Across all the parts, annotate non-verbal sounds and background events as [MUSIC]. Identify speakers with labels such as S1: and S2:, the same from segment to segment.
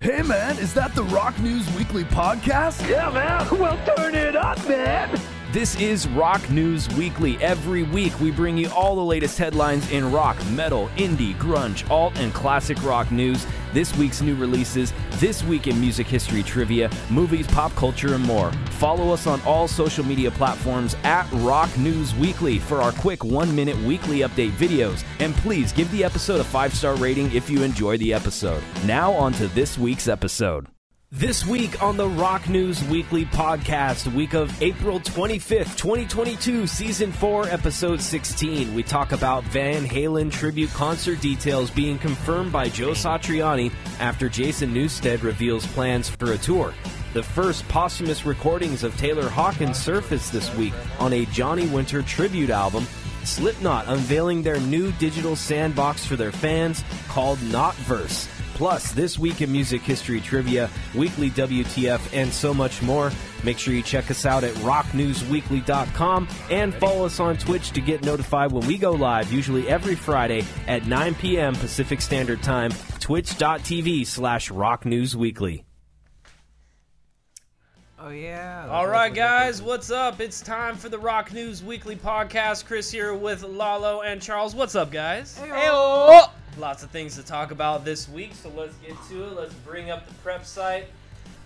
S1: Hey man, is that the Rock News Weekly podcast?
S2: Yeah, man. Well, turn it up, man.
S3: This is Rock News Weekly. Every week, we bring you all the latest headlines in rock, metal, indie, grunge, alt, and classic rock news, this week's new releases, this week in music history trivia, movies, pop culture, and more. Follow us on all social media platforms at Rock News Weekly for our quick one minute weekly update videos. And please give the episode a five star rating if you enjoy the episode. Now, on to this week's episode. This week on the Rock News Weekly podcast, week of April 25th, 2022, season 4, episode 16, we talk about Van Halen tribute concert details being confirmed by Joe Satriani after Jason Newsted reveals plans for a tour. The first posthumous recordings of Taylor Hawkins surfaced this week on a Johnny Winter tribute album. Slipknot unveiling their new digital sandbox for their fans called Knotverse. Plus, this week in music history trivia, weekly WTF, and so much more. Make sure you check us out at rocknewsweekly.com and follow us on Twitch to get notified when we go live, usually every Friday at 9 p.m. Pacific Standard Time, twitch.tv slash rocknewsweekly.
S4: Oh yeah.
S5: All right, guys, what's up? It's time for the Rock News Weekly podcast. Chris here with Lalo and Charles. What's up, guys? Heyo! Lots of things to talk about this week, so let's get to it. Let's bring up the prep site.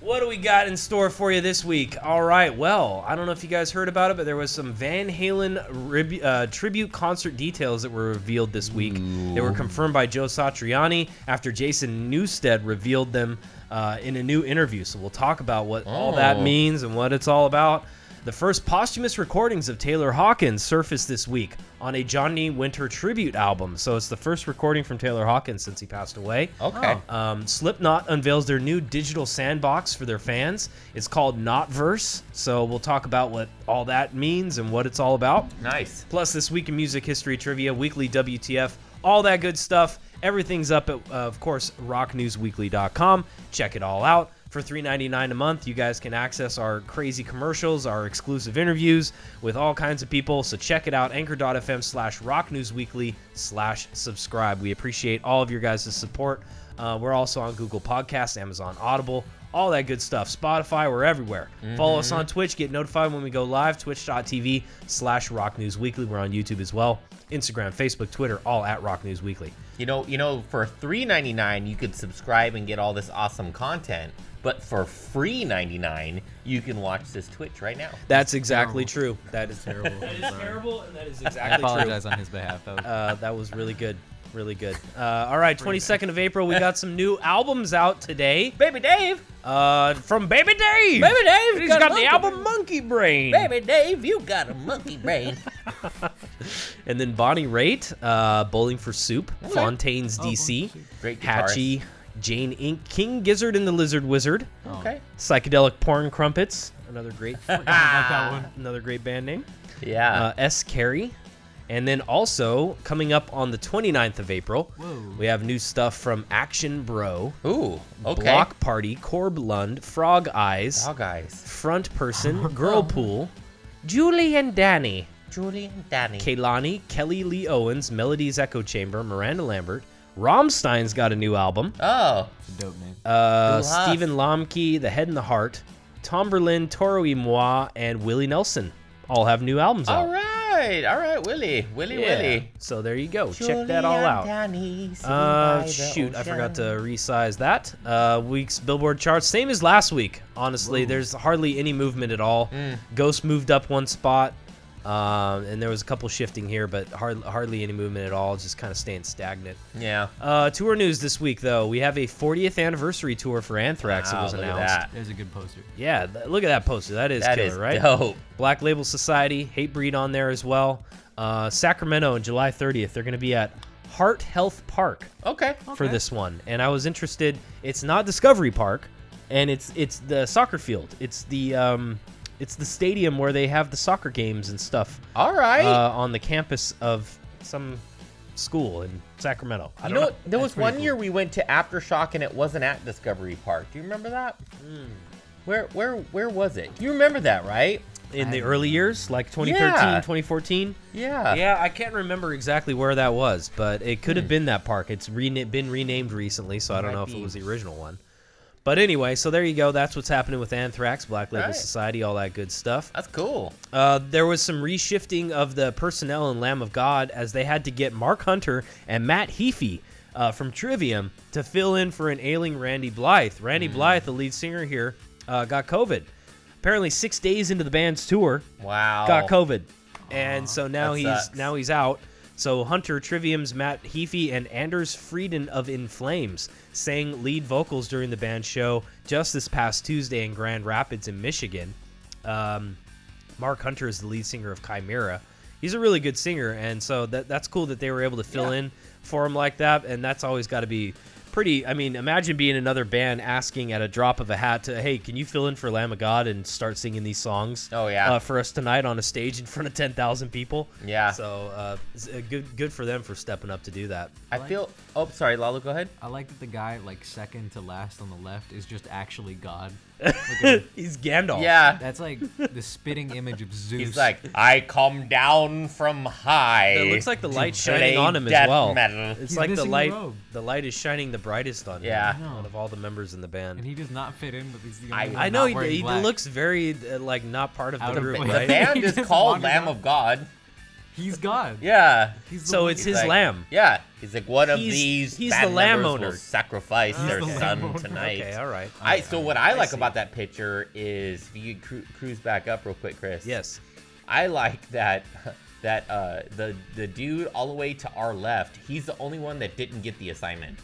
S5: What do we got in store for you this week? All right, well, I don't know if you guys heard about it, but there was some Van Halen rib- uh, tribute concert details that were revealed this week. They were confirmed by Joe Satriani after Jason Newsted revealed them uh, in a new interview. So we'll talk about what all that means and what it's all about. The first posthumous recordings of Taylor Hawkins surfaced this week on a Johnny Winter tribute album. So it's the first recording from Taylor Hawkins since he passed away.
S6: Okay.
S5: Um, Slipknot unveils their new digital sandbox for their fans. It's called Knotverse. So we'll talk about what all that means and what it's all about.
S6: Nice.
S5: Plus, this week in music history trivia, weekly WTF, all that good stuff. Everything's up at, uh, of course, rocknewsweekly.com. Check it all out. For $3.99 a month, you guys can access our crazy commercials, our exclusive interviews with all kinds of people. So check it out, anchor.fm slash rocknewsweekly slash subscribe. We appreciate all of your guys' support. Uh, we're also on Google Podcasts, Amazon Audible, all that good stuff. Spotify, we're everywhere. Follow us on Twitch. Get notified when we go live. Twitch.tv slash Rock News Weekly. We're on YouTube as well. Instagram, Facebook, Twitter, all at Rock News Weekly.
S6: You know, you know, for three ninety nine, you could subscribe and get all this awesome content. But for free ninety nine, you can watch this Twitch right now.
S5: That's exactly true. That is terrible.
S4: Terrible.
S5: [LAUGHS] That is terrible, and that is
S4: I
S5: exactly true.
S4: apologize on his behalf. That was-
S5: Uh, that was really good. Really good. Uh, all right, 22nd of April, we got some new albums out today.
S6: Baby Dave,
S5: Uh, from Baby Dave.
S6: Baby Dave,
S5: He's
S6: got
S5: got the
S6: Monkey
S5: album
S6: Brain.
S5: Monkey Brain.
S6: baby Dave, you got a
S5: [LAUGHS]
S6: monkey brain.
S5: And then Bonnie Raitt, uh, Bowling for Soup, Fontaines
S4: Oh,
S5: DC,
S6: Great
S5: Hatchy, Jane Inc., King Gizzard and the Lizard Wizard,
S6: Okay.
S5: Psychedelic Porn Crumpets, another great,
S4: [LAUGHS] I like that one.
S5: another great band name,
S6: Yeah.
S5: uh, S. Carey, and then also coming up on the 29th of April,
S4: Whoa.
S5: we have new stuff from Action Bro,
S6: Ooh. Okay.
S5: Uh, Block Party, Corb Lund, Frog Eyes,
S6: Dog eyes.
S5: Front
S4: [LAUGHS]
S5: Person, Girl Pool, Julie and Danny.
S6: Julie and Danny.
S5: Kaylani, Kelly Lee Owens, Melody's Echo Chamber, Miranda Lambert. Rammstein's got a new album.
S6: Oh.
S4: It's a dope name.
S5: Uh,
S6: Ooh, huh.
S5: Stephen Lomke, The Head and the Heart, Tom Berlin, Toro y Moi, and Willie Nelson all have new albums out.
S6: All right. All right. Willie. Willie.
S5: Yeah.
S6: Willie.
S5: So there you go.
S6: Julie
S5: Check that all
S6: and
S5: out.
S6: Danny sitting by
S5: Uh,
S6: the
S5: shoot, I forgot to
S6: ocean.
S5: resize that. Uh, week's Billboard charts, same as last week. Honestly, there's hardly any movement at all.
S6: Mm.
S5: Ghost moved up one spot, um, and there was a couple shifting here, but hard, hardly any movement at all. Just kind of staying stagnant.
S6: Yeah.
S5: Uh, tour news this week, though. We have a 40th anniversary tour for Anthrax that
S6: Wow,
S5: was
S6: Ah, look at
S5: announced.
S6: that.
S4: There's a good poster.
S5: Yeah, th- look at that poster. That is
S6: That
S5: killer,
S6: is
S5: right?
S6: dope.
S5: Black Label Society, Hate Breed on there as well. Uh, Sacramento on July 30th. They're going to be at Heart Health Park
S6: Okay.
S5: for
S4: Okay.
S5: this one, and I was interested. It's not Discovery Park, and it's it's the soccer field. It's the um, it's the stadium where they have the soccer games and stuff
S6: All right.
S5: uh, on the campus of some school in Sacramento. I
S6: you
S5: don't
S6: know, there was
S4: pretty
S6: one
S4: cool.
S6: year we went to Aftershock and it wasn't at Discovery Park. Do you remember that?
S5: Hmm.
S6: Where where where was it? You remember that, right?
S5: in the early years, like 2013,
S6: Yeah.
S5: 2014.
S6: Yeah. Hmm.
S5: Yeah, I can't remember exactly where that was, but it could have been that park. It's rena- been renamed recently, so I don't
S6: Might
S5: know if it
S6: be.
S5: was the original one. But anyway, so there you go. That's what's happening with Anthrax, Black Label
S6: Right.
S5: Society, all that good stuff.
S6: That's cool.
S5: Uh, there was some reshifting of the personnel in Lamb of God as they had to get Mark Hunter and Matt Heafy uh, from Trivium to fill in for an ailing Randy Blythe. Randy Blythe, the lead singer here, uh, got COVID. Apparently, six days into the band's tour,
S6: Wow.
S5: got COVID, and so now
S6: that
S5: he's
S6: sucks.
S5: now he's out. So Hunter, Trivium's Matt Heafy, and Anders Frieden of In Flames sang lead vocals during the band's show just this past Tuesday in Grand Rapids in Michigan. Um, Mark Hunter is the lead singer of Chimera. He's a really good singer, and so that that's cool that they were able to fill in for him like that. And that's always got to be pretty. I mean, imagine being another band asking at a drop of a hat to, "Hey, can you fill in for Lamb of God and start singing these songs?"
S6: Oh, yeah.
S5: uh, for us tonight on a stage in front of ten thousand people.
S6: Yeah.
S5: So uh, it's, uh, good good for them for stepping up to do that.
S6: I feel. Oh, sorry, Lalo. Go ahead.
S4: I like that the guy like second to last on the left is just
S5: [LAUGHS]
S4: actually God. Look at him.
S5: He's Gandalf.
S6: Yeah.
S4: That's like the spitting image of Zeus.
S6: He's like, I come down from high.
S5: It looks like the
S6: to
S5: light shining
S6: play
S5: on him as
S6: death
S5: well.
S6: metal."
S5: It's
S4: He's
S5: like the
S4: missing the
S5: light. The,
S4: robe.
S5: light is shining the brightest on
S6: Yeah.
S5: him.
S6: I
S5: Out of all the members in the band.
S4: and he does not fit in, but he's the
S6: I-
S4: only one
S5: I know
S4: not wearing
S5: he, he
S4: black.
S5: looks very uh, like not part of the
S4: Out of
S5: group,
S4: place.
S5: [LAUGHS]
S6: The
S5: right?
S6: band
S4: He
S6: is
S4: just
S6: called
S4: wandered
S6: Lamb
S4: off.
S6: of God.
S4: He's God.
S6: Yeah.
S4: He's the
S5: So
S4: one-
S5: it's his
S6: like-
S5: lamb.
S6: Yeah. He's like one of
S5: He's-
S6: these
S5: he's
S6: band
S5: the lamb
S6: members will
S5: owner.
S6: sacrifice their
S4: the lamb
S6: son
S4: owner.
S6: tonight.
S5: Okay, all right.
S6: I, so what I, like about that picture is if you could cru- cruise back up real quick, Chris.
S4: [LAUGHS]
S5: Yes.
S6: I like that [LAUGHS] that uh, the the dude all the way to our left. He's the only one that didn't get the assignment.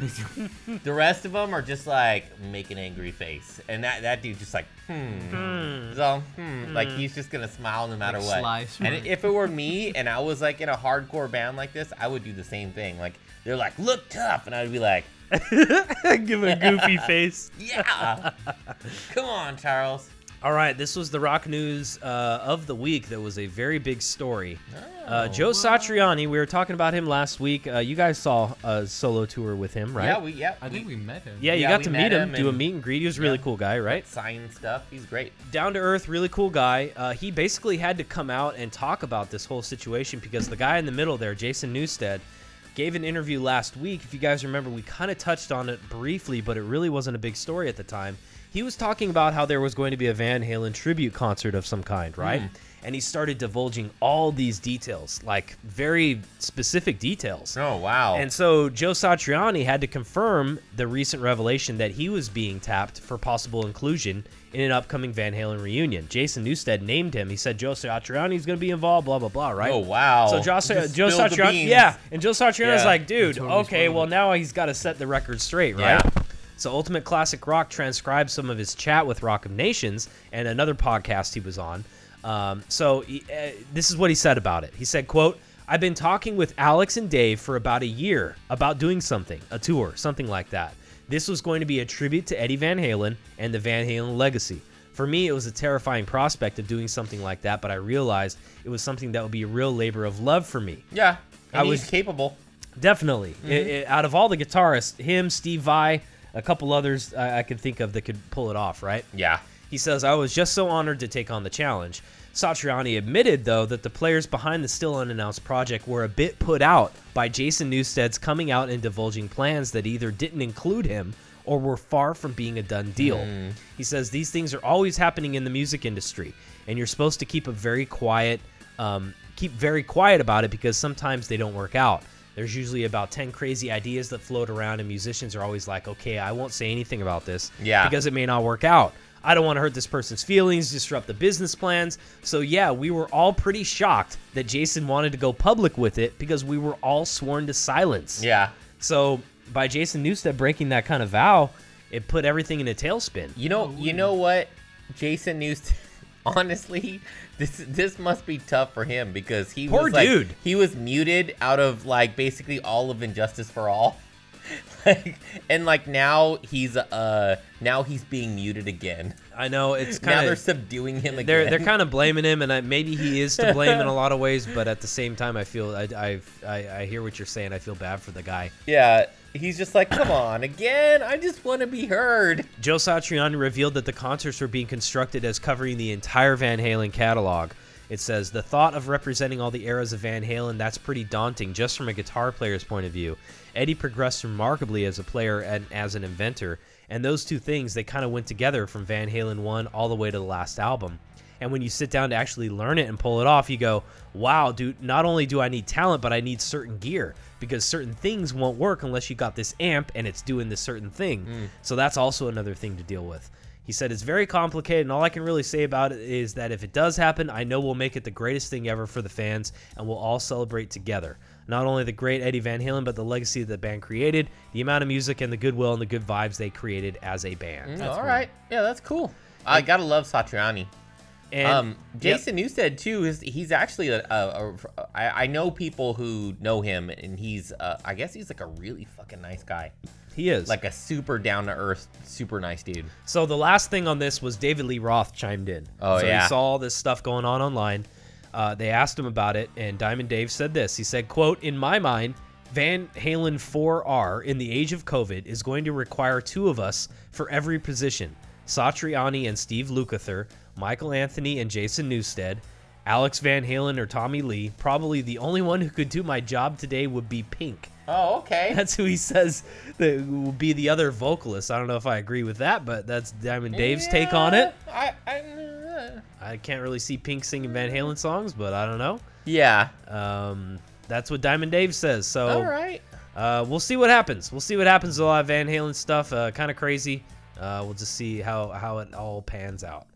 S6: the rest of them are just like make an angry face, and that that dude just like hmm, so hmm, like he's just gonna smile no matter
S4: Like
S6: what.
S4: sly
S6: and
S4: smirk.
S6: if it were me and I was like in a hardcore band like this, I would do the same thing. Like they're like look tough, and I'd be like
S5: Give him a goofy face.
S6: yeah, come on, Charles.
S5: All right, this was the rock news uh, of the week. That was a very big story. uh,
S6: Oh.
S5: Joe Satriani, we were talking about him last week. Uh, you guys saw a solo tour with him, right?
S6: Yeah, we yeah.
S4: I think we met him.
S5: yeah, you
S6: yeah,
S5: got
S6: we
S5: to
S6: met
S5: meet him,
S6: him
S5: do a
S6: and-
S5: meet and greet. He was a really cool guy, right?
S6: sign stuff. He's great.
S5: down to earth, really cool guy. Uh, he basically had to come out and talk about this whole situation because the guy in the middle there, Jason Newstead, gave an interview last week. If you guys remember, we kind of touched on it briefly, but it really wasn't a big story at the time. He was talking about how there was going to be a Van Halen tribute concert of some kind, right? And he started divulging all these details, like very specific details.
S6: Oh wow.
S5: And so Joe Satriani had to confirm the recent revelation that he was being tapped for possible inclusion in an upcoming Van Halen reunion. Jason Newstead named him. He said Joe Satriani's going to be involved, blah blah blah, right?
S6: Oh, wow.
S5: So Joe, Sa-
S6: Just
S5: Joe
S6: spilled the
S5: Satriani,
S6: beans.
S5: yeah, and Joe Satriani's
S6: Yeah.
S5: like, dude,
S4: Totally
S5: okay,
S4: spoiled
S5: well
S4: it.
S5: now he's got to set the record straight,
S6: Yeah.
S5: right? So Ultimate Classic Rock transcribed some of his chat with Rock of Nations and another podcast he was on. Um, so he, uh, this is what he said about it. He said, "quote I've been talking with Alex and Dave for about a year about doing something, a tour, something like that. This was going to be a tribute to Eddie Van Halen and the Van Halen legacy. For me, it was a terrifying prospect of doing something like that, but I realized it was something that would be a real labor of love for me.
S6: yeah,
S5: I
S6: I
S5: was-
S6: was capable.
S5: Definitely. It- it- out of all the guitarists, him, Steve Vai, a couple others I, I can think of that could pull it off, right?
S6: Yeah.
S5: He says, I was just so honored to take on the challenge. Satriani admitted, though, that the players behind the still unannounced project were a bit put out by Jason Newsted's coming out and divulging plans that either didn't include him or were far from being a done deal. He says, These things are always happening in the music industry, and you're supposed to keep a very quiet, um, keep very quiet about it because sometimes they don't work out. There's usually about 10 crazy ideas that float around, and musicians are always like, okay, I won't say anything about this
S6: Yeah.
S5: because it may not work out. I don't want to hurt this person's feelings, disrupt the business plans. So, yeah, we were all pretty shocked that Jason wanted to go public with it because we were all sworn to silence.
S6: Yeah.
S5: So, by Jason Newsted breaking that kind of vow, it put everything in a tailspin.
S6: You know. You know what, Jason Newsted. [LAUGHS] Honestly, this this must be tough for him because he
S5: Poor
S6: was like,
S5: dude.
S6: he was muted out of like basically all of Injustice for All. [LAUGHS] Like, and like now he's uh now he's being muted again.
S5: I know it's
S6: now
S5: kind
S6: they're
S5: of.
S6: subduing him again.
S5: They're, they're kind of blaming him, and I, maybe he is to blame
S6: [LAUGHS]
S5: in a lot of ways. But at the same time, I feel I, I, I, I hear what you're saying. I feel bad for the guy.
S6: yeah. He's just like, come on again. I just want to be heard.
S5: Joe Satriani revealed that the concerts were being constructed as covering the entire Van Halen catalog. It says, The thought of representing all the eras of Van Halen, that's pretty daunting just from a guitar player's point of view. Eddie progressed remarkably as a player and as an inventor, And those two things, they kind of went together from Van Halen 1 all the way to the last album. And when you sit down to actually learn it and pull it off, you go, wow, dude, not only do I need talent, but I need certain gear because certain things won't work unless you got this amp and it's doing this certain thing.
S6: Hmm.
S5: So that's also another thing to deal with. He said it's very complicated, and all I can really say about it is that if it does happen, I know we'll make it the greatest thing ever for the fans, and we'll all celebrate together. Not only the great Eddie Van Halen, but the legacy that the band created, the amount of music, and the goodwill and the good vibes they created as a band.
S6: All right. Yeah, that's cool. I gotta love Satriani.
S5: And
S6: Um,
S5: yep.
S6: Jason Newstead too is he's actually a, a, a I, I know people who know him and he's uh, I guess he's like a really fucking nice guy,
S5: he is
S6: like a super down to earth, super nice dude.
S5: So the last thing on this was David Lee Roth chimed in.
S6: Oh,
S5: so
S6: yeah.
S5: he saw all this stuff going on online. Uh, they asked him about it, and Diamond Dave said this. He said, "Quote: In my mind, Van Halen 4R in the age of COVID is going to require two of us for every position: Satriani and Steve Lukather, Michael Anthony and Jason Newstead." Alex Van Halen or Tommy Lee, probably the only one who could do my job today would be Pink.
S6: Oh, [LAUGHS] okay.
S5: That's who he says that will be the other vocalist. I don't know if I agree with that, but that's Diamond Dave's take on it.
S6: I, I,
S5: I can't really see Pink singing Van Halen songs, but I don't know.
S6: yeah.
S5: Um, that's what Diamond Dave says. So
S6: All right.
S5: uh, we'll see what happens. We'll see what happens with a lot of Van Halen stuff. Uh, kind of crazy. Uh, we'll just see how, how it all pans out.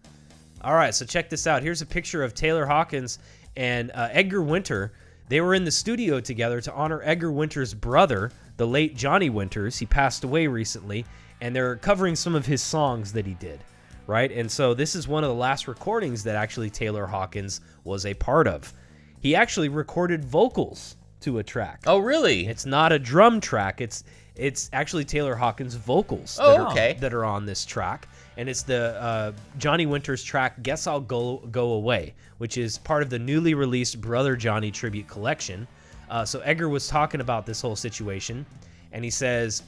S5: All right, so check this out. Here's a picture of Taylor Hawkins and uh, Edgar Winter. They were in the studio together to honor Edgar Winter's brother, the late Johnny Winters. He passed away recently, and they're covering some of his songs that he did, right? And so this is one of the last recordings that actually Taylor Hawkins was a part of. He actually recorded vocals to a track.
S6: Oh, really?
S5: It's not a drum track. It's it's actually Taylor Hawkins' vocals that,
S6: Oh,
S5: are,
S6: okay.
S5: that are on this track, and it's the uh, Johnny Winters track "Guess I'll Go Go Away," which is part of the newly released Brother Johnny tribute collection. Uh, so Edgar was talking about this whole situation, and he says,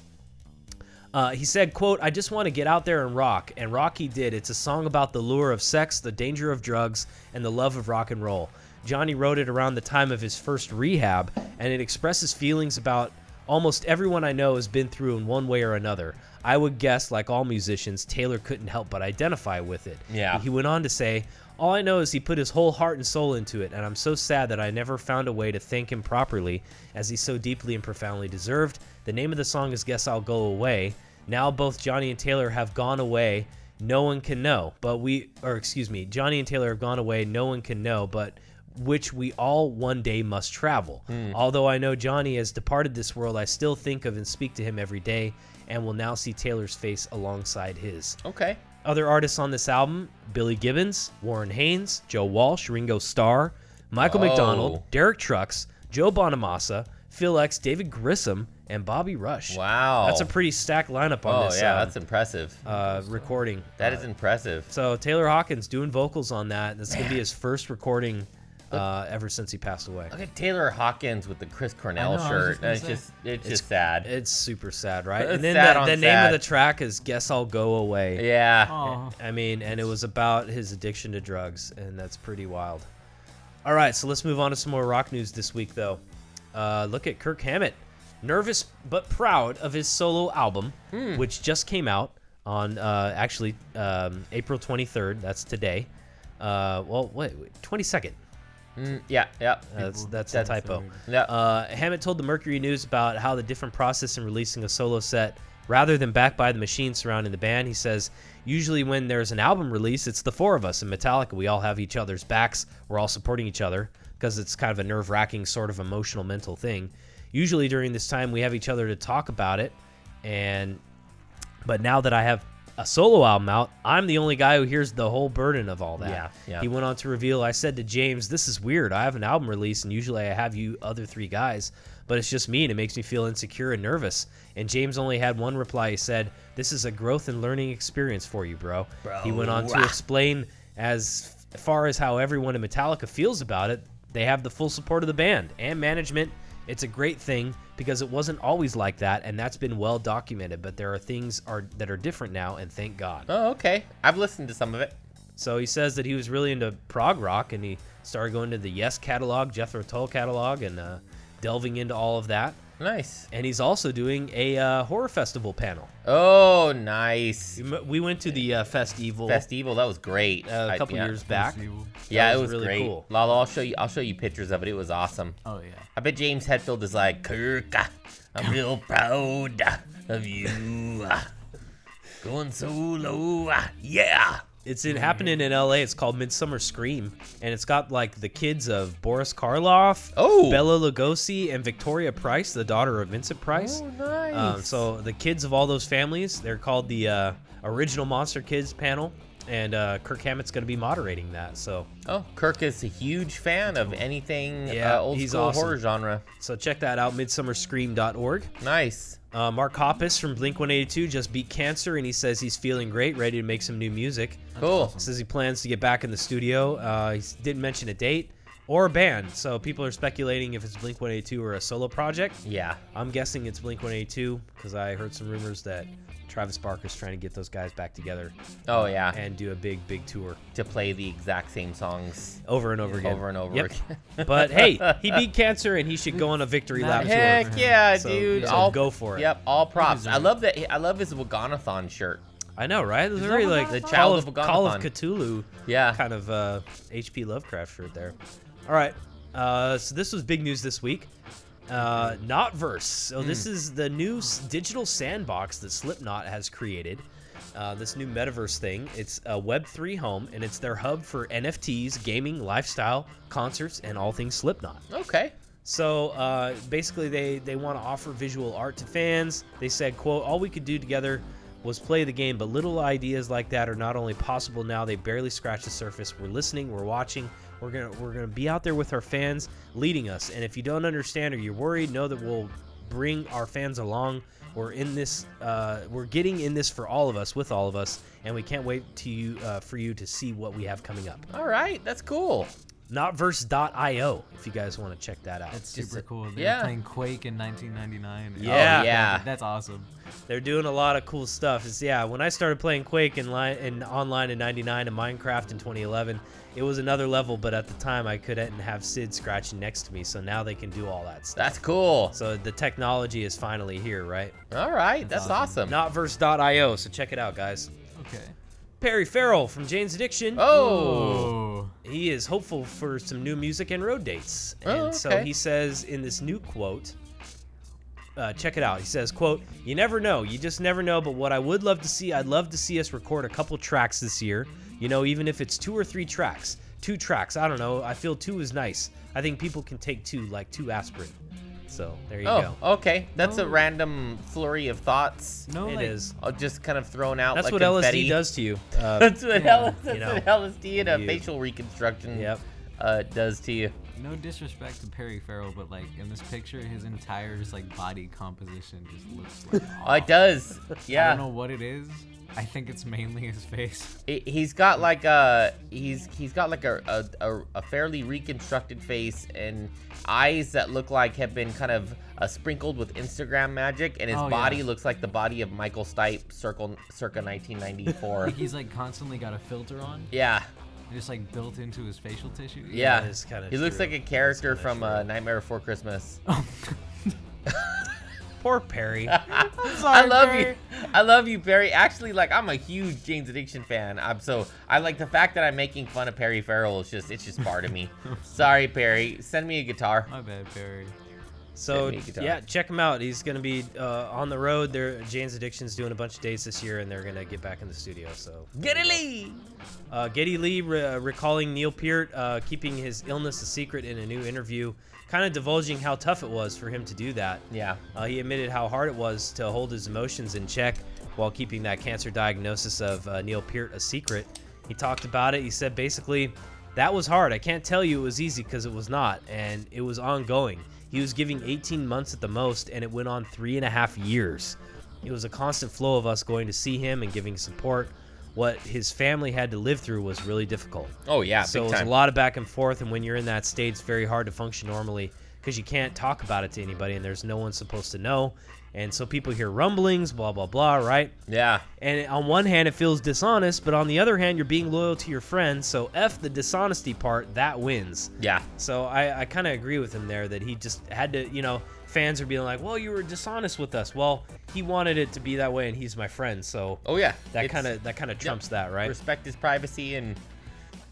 S5: uh, he said, "quote I just want to get out there and rock, and rock he did. It's a song about the lure of sex, the danger of drugs, and the love of rock and roll. Johnny wrote it around the time of his first rehab, and it expresses feelings about almost everyone I know has been through in one way or another. I would guess, like all musicians, Taylor couldn't help but identify with it.
S6: Yeah.
S5: He went on to say, All I know is he put his whole heart and soul into it, and I'm so sad that I never found a way to thank him properly, as he so deeply and profoundly deserved. The name of the song is Guess I'll Go Away. Now both Johnny and Taylor have gone away. No one can know, but we, or excuse me, Johnny and Taylor have gone away. No one can know, but which we all one day must travel. Although I know Johnny has departed this world, I still think of and speak to him every day, and will now see Taylor's face alongside his.
S6: Okay.
S5: Other artists on this album Billy Gibbons, Warren Haynes, Joe Walsh, Ringo Starr, Michael
S6: Oh.
S5: McDonald, Derek Trucks, Joe Bonamassa, Phil X, David Grissom, and Bobby Rush.
S6: Wow.
S5: That's a pretty stacked lineup on
S6: Oh
S5: this
S6: yeah,
S5: um,
S6: that's impressive.
S5: uh, recording.
S6: that is impressive.
S5: So Taylor Hawkins doing vocals on that. That's going to be his first recording uh, ever since he passed away.
S6: Look at Taylor Hawkins with the Chris Cornell
S4: I know, I was
S6: shirt.
S4: just gonna
S6: It's
S4: say.
S6: just, it's, just sad.
S5: It's super sad, right?
S6: It's
S5: and then
S6: sad
S5: the,
S6: on
S5: the name of
S6: sad.
S5: the track is Guess I'll Go Away.
S6: yeah.
S4: Oh,
S5: I mean, and it was about his addiction to drugs, and that's pretty wild. All right, so let's move on to some more rock news this week, though. Uh, look at Kirk Hammett, nervous but proud of his solo album, which just came out on uh, actually um, April 23rd. That's today. Uh, well, wait, wait 22nd.
S6: Mm, yeah. Yeah.
S5: That's that's a
S6: That's
S5: typo.
S6: Yeah.
S5: Uh, Hammett told the Mercury News about how the different process in releasing a solo set, rather than backed by the machine surrounding the band. He says, usually when there's an album release, it's the four of us in Metallica. We all have each other's backs. We're all supporting each other because it's kind of a nerve-wracking sort of emotional mental thing. Usually during this time, we have each other to talk about it, and but now that I have a solo album out, I'm the only guy who hears the whole burden of all that.
S6: Yeah, yeah.
S5: He went on to reveal, I said to James, this is weird. I have an album release and usually I have you other three guys, but it's just me and it makes me feel insecure and nervous. And James only had one reply. He said, this is a growth and learning experience for you, bro. He went on to explain as f- far as how everyone in Metallica feels about it, they have the full support of the band and management. It's a great thing because it wasn't always like that, and that's been well documented. But there are things are that are different now, and thank God.
S6: Oh, okay. I've listened to some of it.
S5: So he says that he was really into prog rock, and he started going to the Yes catalog, Jethro Tull catalog, and uh, delving into all of that.
S6: Nice.
S5: and he's also doing a uh, horror festival panel.
S6: Oh, nice.
S5: M- We went to the uh, Festival
S6: Festival, that was great.
S5: uh, a
S6: I-
S5: couple
S6: yeah.
S5: years back.
S4: Festival.
S6: Yeah,
S5: That
S6: it
S5: was
S6: was
S5: really
S6: great.
S5: cool.
S6: Lalo, I'll show you. I'll show you pictures of it. It was awesome.
S4: Oh yeah.
S6: I bet James Hetfield is like, Kirk, I'm real proud
S5: [LAUGHS]
S6: of you. Going solo, yeah.
S5: It's in, happening in L.A. It's called Midsummer Scream, and it's got like the kids of Boris Karloff,
S6: Oh.
S5: Bella Lugosi, and Victoria Price, the daughter of Vincent
S4: Oh,
S5: Price.
S6: nice.
S5: Um, so the kids of all those families, they're called the uh, Original Monster Kids panel, and uh, Kirk Hammett's going to be moderating that. So,
S6: oh, Kirk is a huge fan of anything
S5: Yeah,
S6: uh, old
S5: he's
S6: school
S5: awesome.
S6: horror genre.
S5: so check that out, midsummerscream.org.
S6: Nice.
S5: Uh, Mark Hoppus from Blink 182 just beat cancer, and he says he's feeling great, ready to make some new music.
S6: cool.
S5: Says he plans to get back in the studio. Uh, he s- didn't mention a date or a band, so people are speculating if it's Blink 182 or a solo project.
S6: Yeah.
S5: I'm guessing it's Blink 182 because I heard some rumors that Travis Barker's trying to get those guys back together
S6: Oh yeah.
S5: and do a big, big tour
S6: to play the exact same songs
S5: over and over again.
S6: over and over
S5: Yep. [LAUGHS]
S6: again.
S5: but hey, he
S6: [LAUGHS]
S5: beat cancer, and he should go on a victory lap tour.
S6: Heck yeah,
S5: So-
S6: dude!
S5: so
S6: all
S5: go for it.
S6: Yep, all props. I
S4: deserve
S6: love that. I love his Waganathon shirt.
S5: I know, right? It's very like
S6: The
S5: Call
S6: child
S5: of,
S6: of
S5: Call of
S6: Wagonathon.
S5: Cthulhu.
S6: Yeah.
S5: Kind of uh, HP Lovecraft shirt there. All right. Uh, so this was big news this week. Uh, Knotverse. So this
S6: Hmm.
S5: is the new s- digital sandbox that Slipknot has created. Uh, this new metaverse thing. It's a Web3 home, and it's their hub for NFTs, gaming, lifestyle, concerts, and all things Slipknot.
S6: Okay.
S5: So uh, basically, they they want to offer visual art to fans. They said, "quote All we could do together was play the game, but little ideas like that are not only possible now; they barely scratch the surface. We're listening, we're watching, we're gonna we're gonna be out there with our fans, leading us. And if you don't understand or you're worried, know that we'll bring our fans along. We're in this, uh, we're getting in this for all of us, with all of us, and we can't wait to you uh, for you to see what we have coming up.
S6: All right. That's cool.
S5: Notverse.io, if you guys want to check that out.
S4: That's super cool. They
S6: yeah.
S4: were playing Quake in 1999.
S5: Yeah.
S6: Oh, yeah.
S4: That's awesome.
S5: They're doing a lot of cool stuff. It's yeah, when I started playing Quake and line and online in '99 and Minecraft in 2011, it was another level. But at the time, I couldn't have Sid scratching next to me. So now they can do all that stuff.
S6: That's cool.
S5: So the technology is finally here, right?
S6: All right. That's awesome.
S5: Notverse.io. So check it out, guys.
S4: Okay.
S5: Perry Farrell from Jane's Addiction.
S6: Oh.
S4: Oh.
S5: he is hopeful for some new music and road dates and
S6: Oh,
S5: so
S6: okay.
S5: he says in this new quote uh, check it out he says quote you never know you just never know but what i would love to see i'd love to see us record a couple tracks this year you know even if it's two or three tracks two tracks i don't know i feel two is nice i think people can take two like two aspirin so there you
S6: Oh.
S5: go
S6: Okay. That's a
S4: No.
S6: random flurry of thoughts.
S4: No,
S5: It is.
S4: like,
S6: Oh, just kind of thrown out.
S5: that's
S6: like
S5: what
S6: confetti.
S5: lsd does to you uh, [LAUGHS]
S6: That's what
S4: Yeah,
S6: L- that's
S5: you know.
S6: what LSD and a
S5: You-
S6: facial reconstruction
S5: Yep.
S6: uh, does to you.
S4: No disrespect to Perry Farrell, but like in this picture, his entire just like body composition just looks like.
S6: Oh,
S5: [LAUGHS]
S6: it does.
S4: I
S6: Yeah.
S4: don't know what it is. I think it's mainly his face.
S6: It- he's got like a he's he's got like a, a, a, a fairly reconstructed face and eyes that look like have been kind of uh, sprinkled with Instagram magic and his
S4: Oh,
S6: body
S4: yeah.
S6: looks like the body of Michael Stipe circle circa
S5: [LAUGHS]
S6: 1994.
S4: [LAUGHS] He's like constantly got a filter on,
S6: yeah,
S4: just like built into his facial tissue.
S6: yeah.
S5: is kinda
S6: he looks
S5: true.
S6: like a character
S5: That's kinda
S6: from uh, Nightmare Before Christmas.
S5: poor perry
S6: I love you. I love you, Perry. Actually, like I'm a huge Jane's Addiction fan. I'm so I like the fact that I'm making fun of Perry Farrell. It's just it's just part of me. [LAUGHS] Sorry, Perry. Send me a guitar.
S4: My bad, Perry.
S5: So
S6: Yeah, me guitar.
S5: yeah, check him out. He's gonna be uh, on the road. They're Jane's Addiction's doing a bunch of dates this year, and they're gonna get back in the studio. So
S6: Get it, Lee.
S5: uh, Geddy Lee re- recalling Neil Peart uh, keeping his illness a secret in a new interview, kind of divulging how tough it was for him to do that.
S6: Yeah.
S5: Uh, he admitted how hard it was to hold his emotions in check while keeping that cancer diagnosis of uh, Neil Peart a secret. He talked about it. He said basically, that was hard. I can't tell you it was easy because it was not, and it was ongoing. He was giving 18 months at the most, and it went on three and a half years. It was a constant flow of us going to see him and giving support. What his family had to live through was really difficult.
S6: Oh yeah,
S5: So
S6: big
S5: it's a
S6: time.
S5: lot of back and forth, and when you're in that state, it's very hard to function normally because you can't talk about it to anybody, and there's no one supposed to know. And so people hear rumblings, blah blah blah, right?
S6: yeah.
S5: And on one hand, it feels dishonest, but on the other hand, you're being loyal to your friends. So f the dishonesty part, that wins.
S6: Yeah.
S5: So I, I kind of agree with him there that he just had to, you know, fans are being like, "Well, you were dishonest with us." Well, he wanted it to be that way, and he's my friend, so
S6: Oh yeah,
S5: that
S6: it's-
S5: kind of that kind of trumps that, right?
S6: respect his privacy and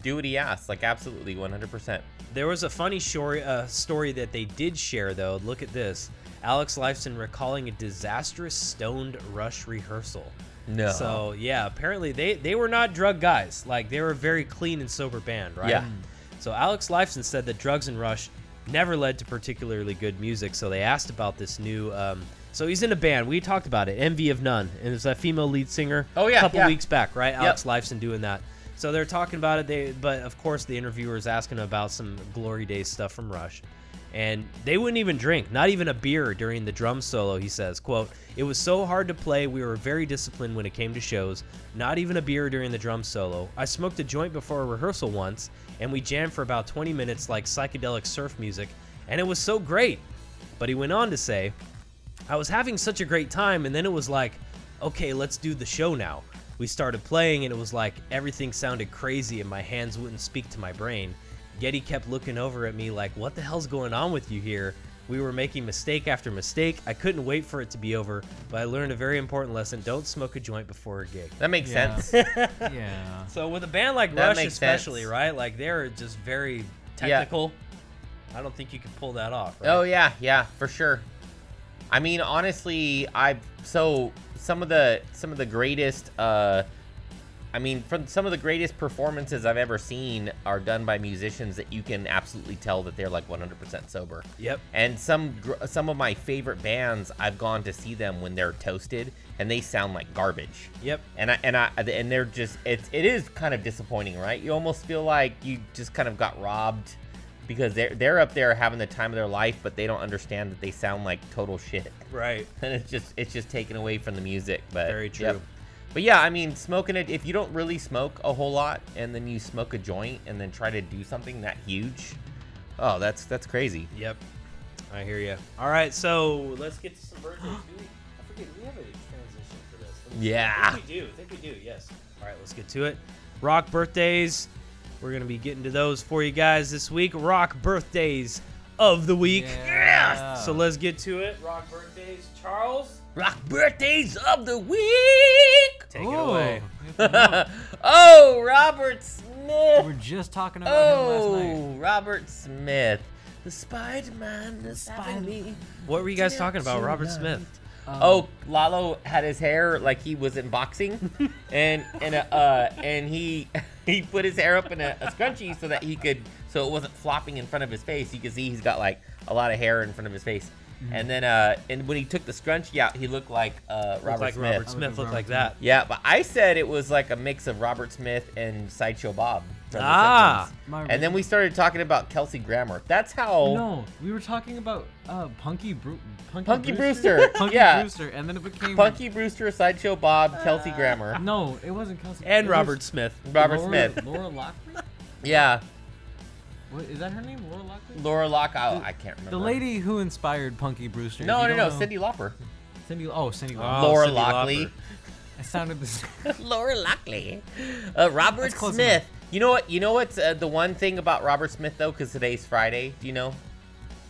S6: do what he asks. Like absolutely, 100%.
S5: There was a funny story, uh, story that they did share, though. Look at this. Alex Lifeson recalling a disastrous stoned rush rehearsal.
S6: No.
S5: So yeah, apparently they they were not drug guys. Like they were a very clean and sober band, right?
S6: Yeah.
S5: So Alex Lifeson said that drugs and Rush never led to particularly good music. So they asked about this new. Um, so he's in a band. We talked about it, Envy of None, and it's a female lead singer.
S6: Oh, yeah,
S5: a couple
S6: yeah.
S5: weeks back, right? Alex Lifeson doing that. So they're talking about it. They, but of course, the interviewer is asking about some Glory Days stuff from Rush, and they wouldn't even drink, not even a beer during the drum solo. He says, "quote It was so hard to play. We were very disciplined when it came to shows. Not even a beer during the drum solo. I smoked a joint before a rehearsal once, and we jammed for about 20 minutes like psychedelic surf music, and it was so great." But he went on to say, I was having such a great time, and then it was like, okay, let's do the show now. We started playing, and it was like everything sounded crazy, and my hands wouldn't speak to my brain. Getty kept looking over at me like, what the hell's going on with you here? We were making mistake after mistake. I couldn't wait for it to be over, but I learned a very important lesson don't smoke a joint before a gig.
S6: That makes
S4: Yeah.
S5: [LAUGHS]
S6: sense.
S4: yeah.
S5: So, with a band like
S6: That
S5: Rush,
S6: makes
S5: especially,
S6: sense.
S5: right? Like, they're just very technical. I don't think you can pull that off, right?
S6: Oh yeah, yeah, for sure. I mean, honestly, I so some of the some of the greatest uh I mean, from some of the greatest performances I've ever seen are done by musicians that you can absolutely tell that they're like 100% sober.
S5: Yep.
S6: And some gr- some of my favorite bands, I've gone to see them when they're toasted and they sound like garbage.
S5: Yep.
S6: And I and I and they're just it's it is kind of disappointing, right? You almost feel like you just kind of got robbed because they're they're up there having the time of their life, but they don't understand that they sound like total shit. [LAUGHS]
S5: Right.
S6: And it's just it's just taken away from the music. But
S5: Very
S6: yep.
S5: true.
S6: But yeah, I mean, smoking it if you don't really smoke a whole lot and then you smoke a joint and then try to do something that huge, oh, that's that's crazy.
S5: Yep. I hear you. All right, so let's get to some birthdays. Do we, I forget, do we have a transition for this? Let me see. I
S6: Yeah.
S5: think we do. I think we do, yes. All right, let's get to it. Rock birthdays. We're going to be getting to those for you guys this week. Rock birthdays of the week.
S4: Yeah.
S5: So let's get to it. Rock birthdays. Charles,
S6: Rock birthdays of the week.
S5: take it away.
S6: [LAUGHS] oh, Robert Smith.
S4: We're just talking about him last night.
S6: Oh, Robert Smith. The Spider Man, the Spider
S5: What were you guys talking about, Robert Smith?
S4: Um,
S6: Oh, Lalo had his hair like he was in
S4: [LAUGHS]
S6: boxing, and and uh, uh and he [LAUGHS] he put his hair up in a, a scrunchie so that he could so it wasn't flopping in front of his face. You can see he's got like a lot of hair in front of his face,
S4: Mm-hmm.
S6: and then uh and when he took the scrunchie out, he looked like uh Robert
S5: Looked like
S6: Smith.
S5: Robert Smith looked like that.
S6: Yeah, but I said it was like a mix of Robert Smith and Sideshow Bob. From The
S5: Ah.
S6: Simpsons.
S4: My-
S6: and then we started talking about Kelsey Grammer. That's how
S4: No, we were talking about uh, Punky, Bru- Punky,
S6: Punky
S4: Brewster.
S6: Brewster,
S4: [LAUGHS] Punky
S6: yeah.
S4: Brewster, and then it became
S6: Punky Brewster, Sideshow Bob, Kelsey Grammer,
S4: No, it wasn't Kelsey.
S5: And
S4: it
S5: Robert
S4: was
S5: Smith.
S6: Robert
S4: Ah. Laura,
S6: Smith.
S4: Laura Lockley.
S6: Yeah,
S4: What is that her name? Laura Lockley.
S6: Laura Locke. I, I can't remember.
S4: The lady who inspired Punky Brewster. if
S6: No,
S4: you
S6: no,
S4: don't
S6: no.
S4: know-
S6: Cindy Lauper.
S4: Cindy. Oh, Cindy.
S5: Oh,
S4: Locke.
S6: Laura
S5: Cyndi
S6: Lockley.
S4: It sounded the [LAUGHS] same.
S6: [LAUGHS] Laura Lockley. Uh, Robert
S4: That's close
S6: Smith. You know what? You know what's uh, the one thing about Robert Smith though? Because today's Friday. Do you know?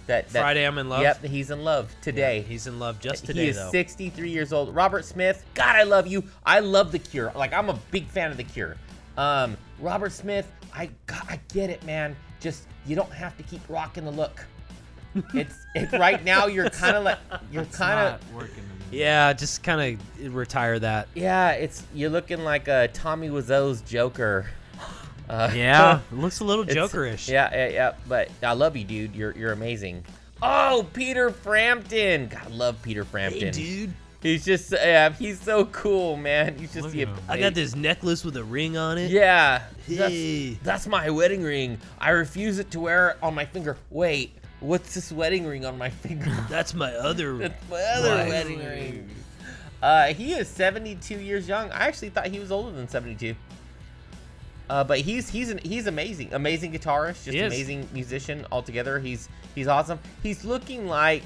S6: That, that
S5: Friday, I'm in love.
S6: Yep, he's in love today.
S5: He's in love just today,
S6: he is
S5: though.
S6: 63 years old. Robert Smith, God, I love you. I love The Cure. Like, I'm a big fan of The Cure. Um, Robert Smith, I, God, I get it, man. Just you don't have to keep rocking
S5: [LAUGHS]
S6: the look. It's, it's right now. You're kind of like you're
S4: It's
S6: kind of
S4: not working. to me.
S5: Yeah, just kind of retire that.
S6: yeah. It's you're looking like uh, Tommy Wiseau's Joker. Uh,
S5: [LAUGHS] Yeah, looks a little
S6: [LAUGHS] It's-
S5: jokerish.
S6: Yeah, yeah, yeah. But I love you, dude. You're you're amazing. Oh, Peter Frampton. God, I love Peter Frampton.
S5: dude.
S6: He's just yeah, he's so cool, man. He's just
S4: Look
S6: the
S4: at him.
S5: I got this necklace with a ring on it.
S6: Yeah.
S5: Hey.
S6: That's, that's my wedding ring. I refuse it to wear it on my finger. Wait, what's this wedding ring on my [LAUGHS] finger?
S5: That's my other.
S6: That's my other
S5: Right.
S6: wedding ring. Uh, he is 72 years young. I actually thought he was older than 72. Uh, but he's he's an, he's amazing, amazing guitarist, just
S5: He is.
S6: amazing musician altogether. He's he's awesome. He's looking like,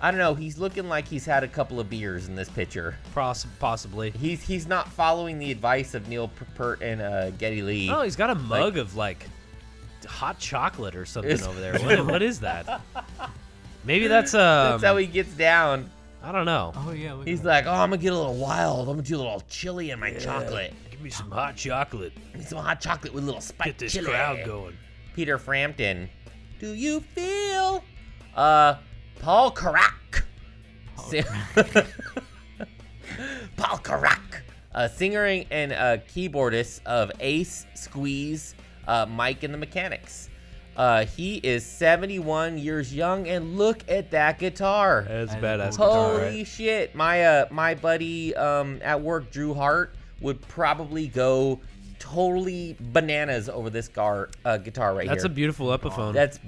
S6: I don't know, he's looking like he's had a couple of beers in this picture.
S5: Poss- possibly.
S6: He's he's not following the advice of Neil P- Peart and uh, Getty Lee.
S5: Oh, he's got a mug of like hot chocolate or something [LAUGHS]
S6: It's-
S5: over there. What, what is that? Maybe that's um.
S6: That's how he gets down.
S5: I don't know.
S4: Oh yeah. Look
S6: He's
S4: at
S6: like, oh, I'm gonna get a little wild. I'm gonna do a little chili in my chocolate.
S5: Give me some hot chocolate.
S6: Need some hot chocolate with a little spike
S5: Get this
S6: chili.
S5: crowd going.
S6: Peter Frampton. Do you feel? Uh, Paul Karak. Si- [LAUGHS] Paul Karak, a singer and uh, keyboardist of Ace, Squeeze, uh, Mike, and the Mechanics. Uh, he is 71 years young, and look at that guitar.
S4: That's badass guitar,
S6: Holy shit! My uh, my buddy um at work, Drew Hart, would probably go totally bananas over this gar- uh, guitar right
S5: That's a
S6: here.
S5: beautiful epiphone.
S6: That's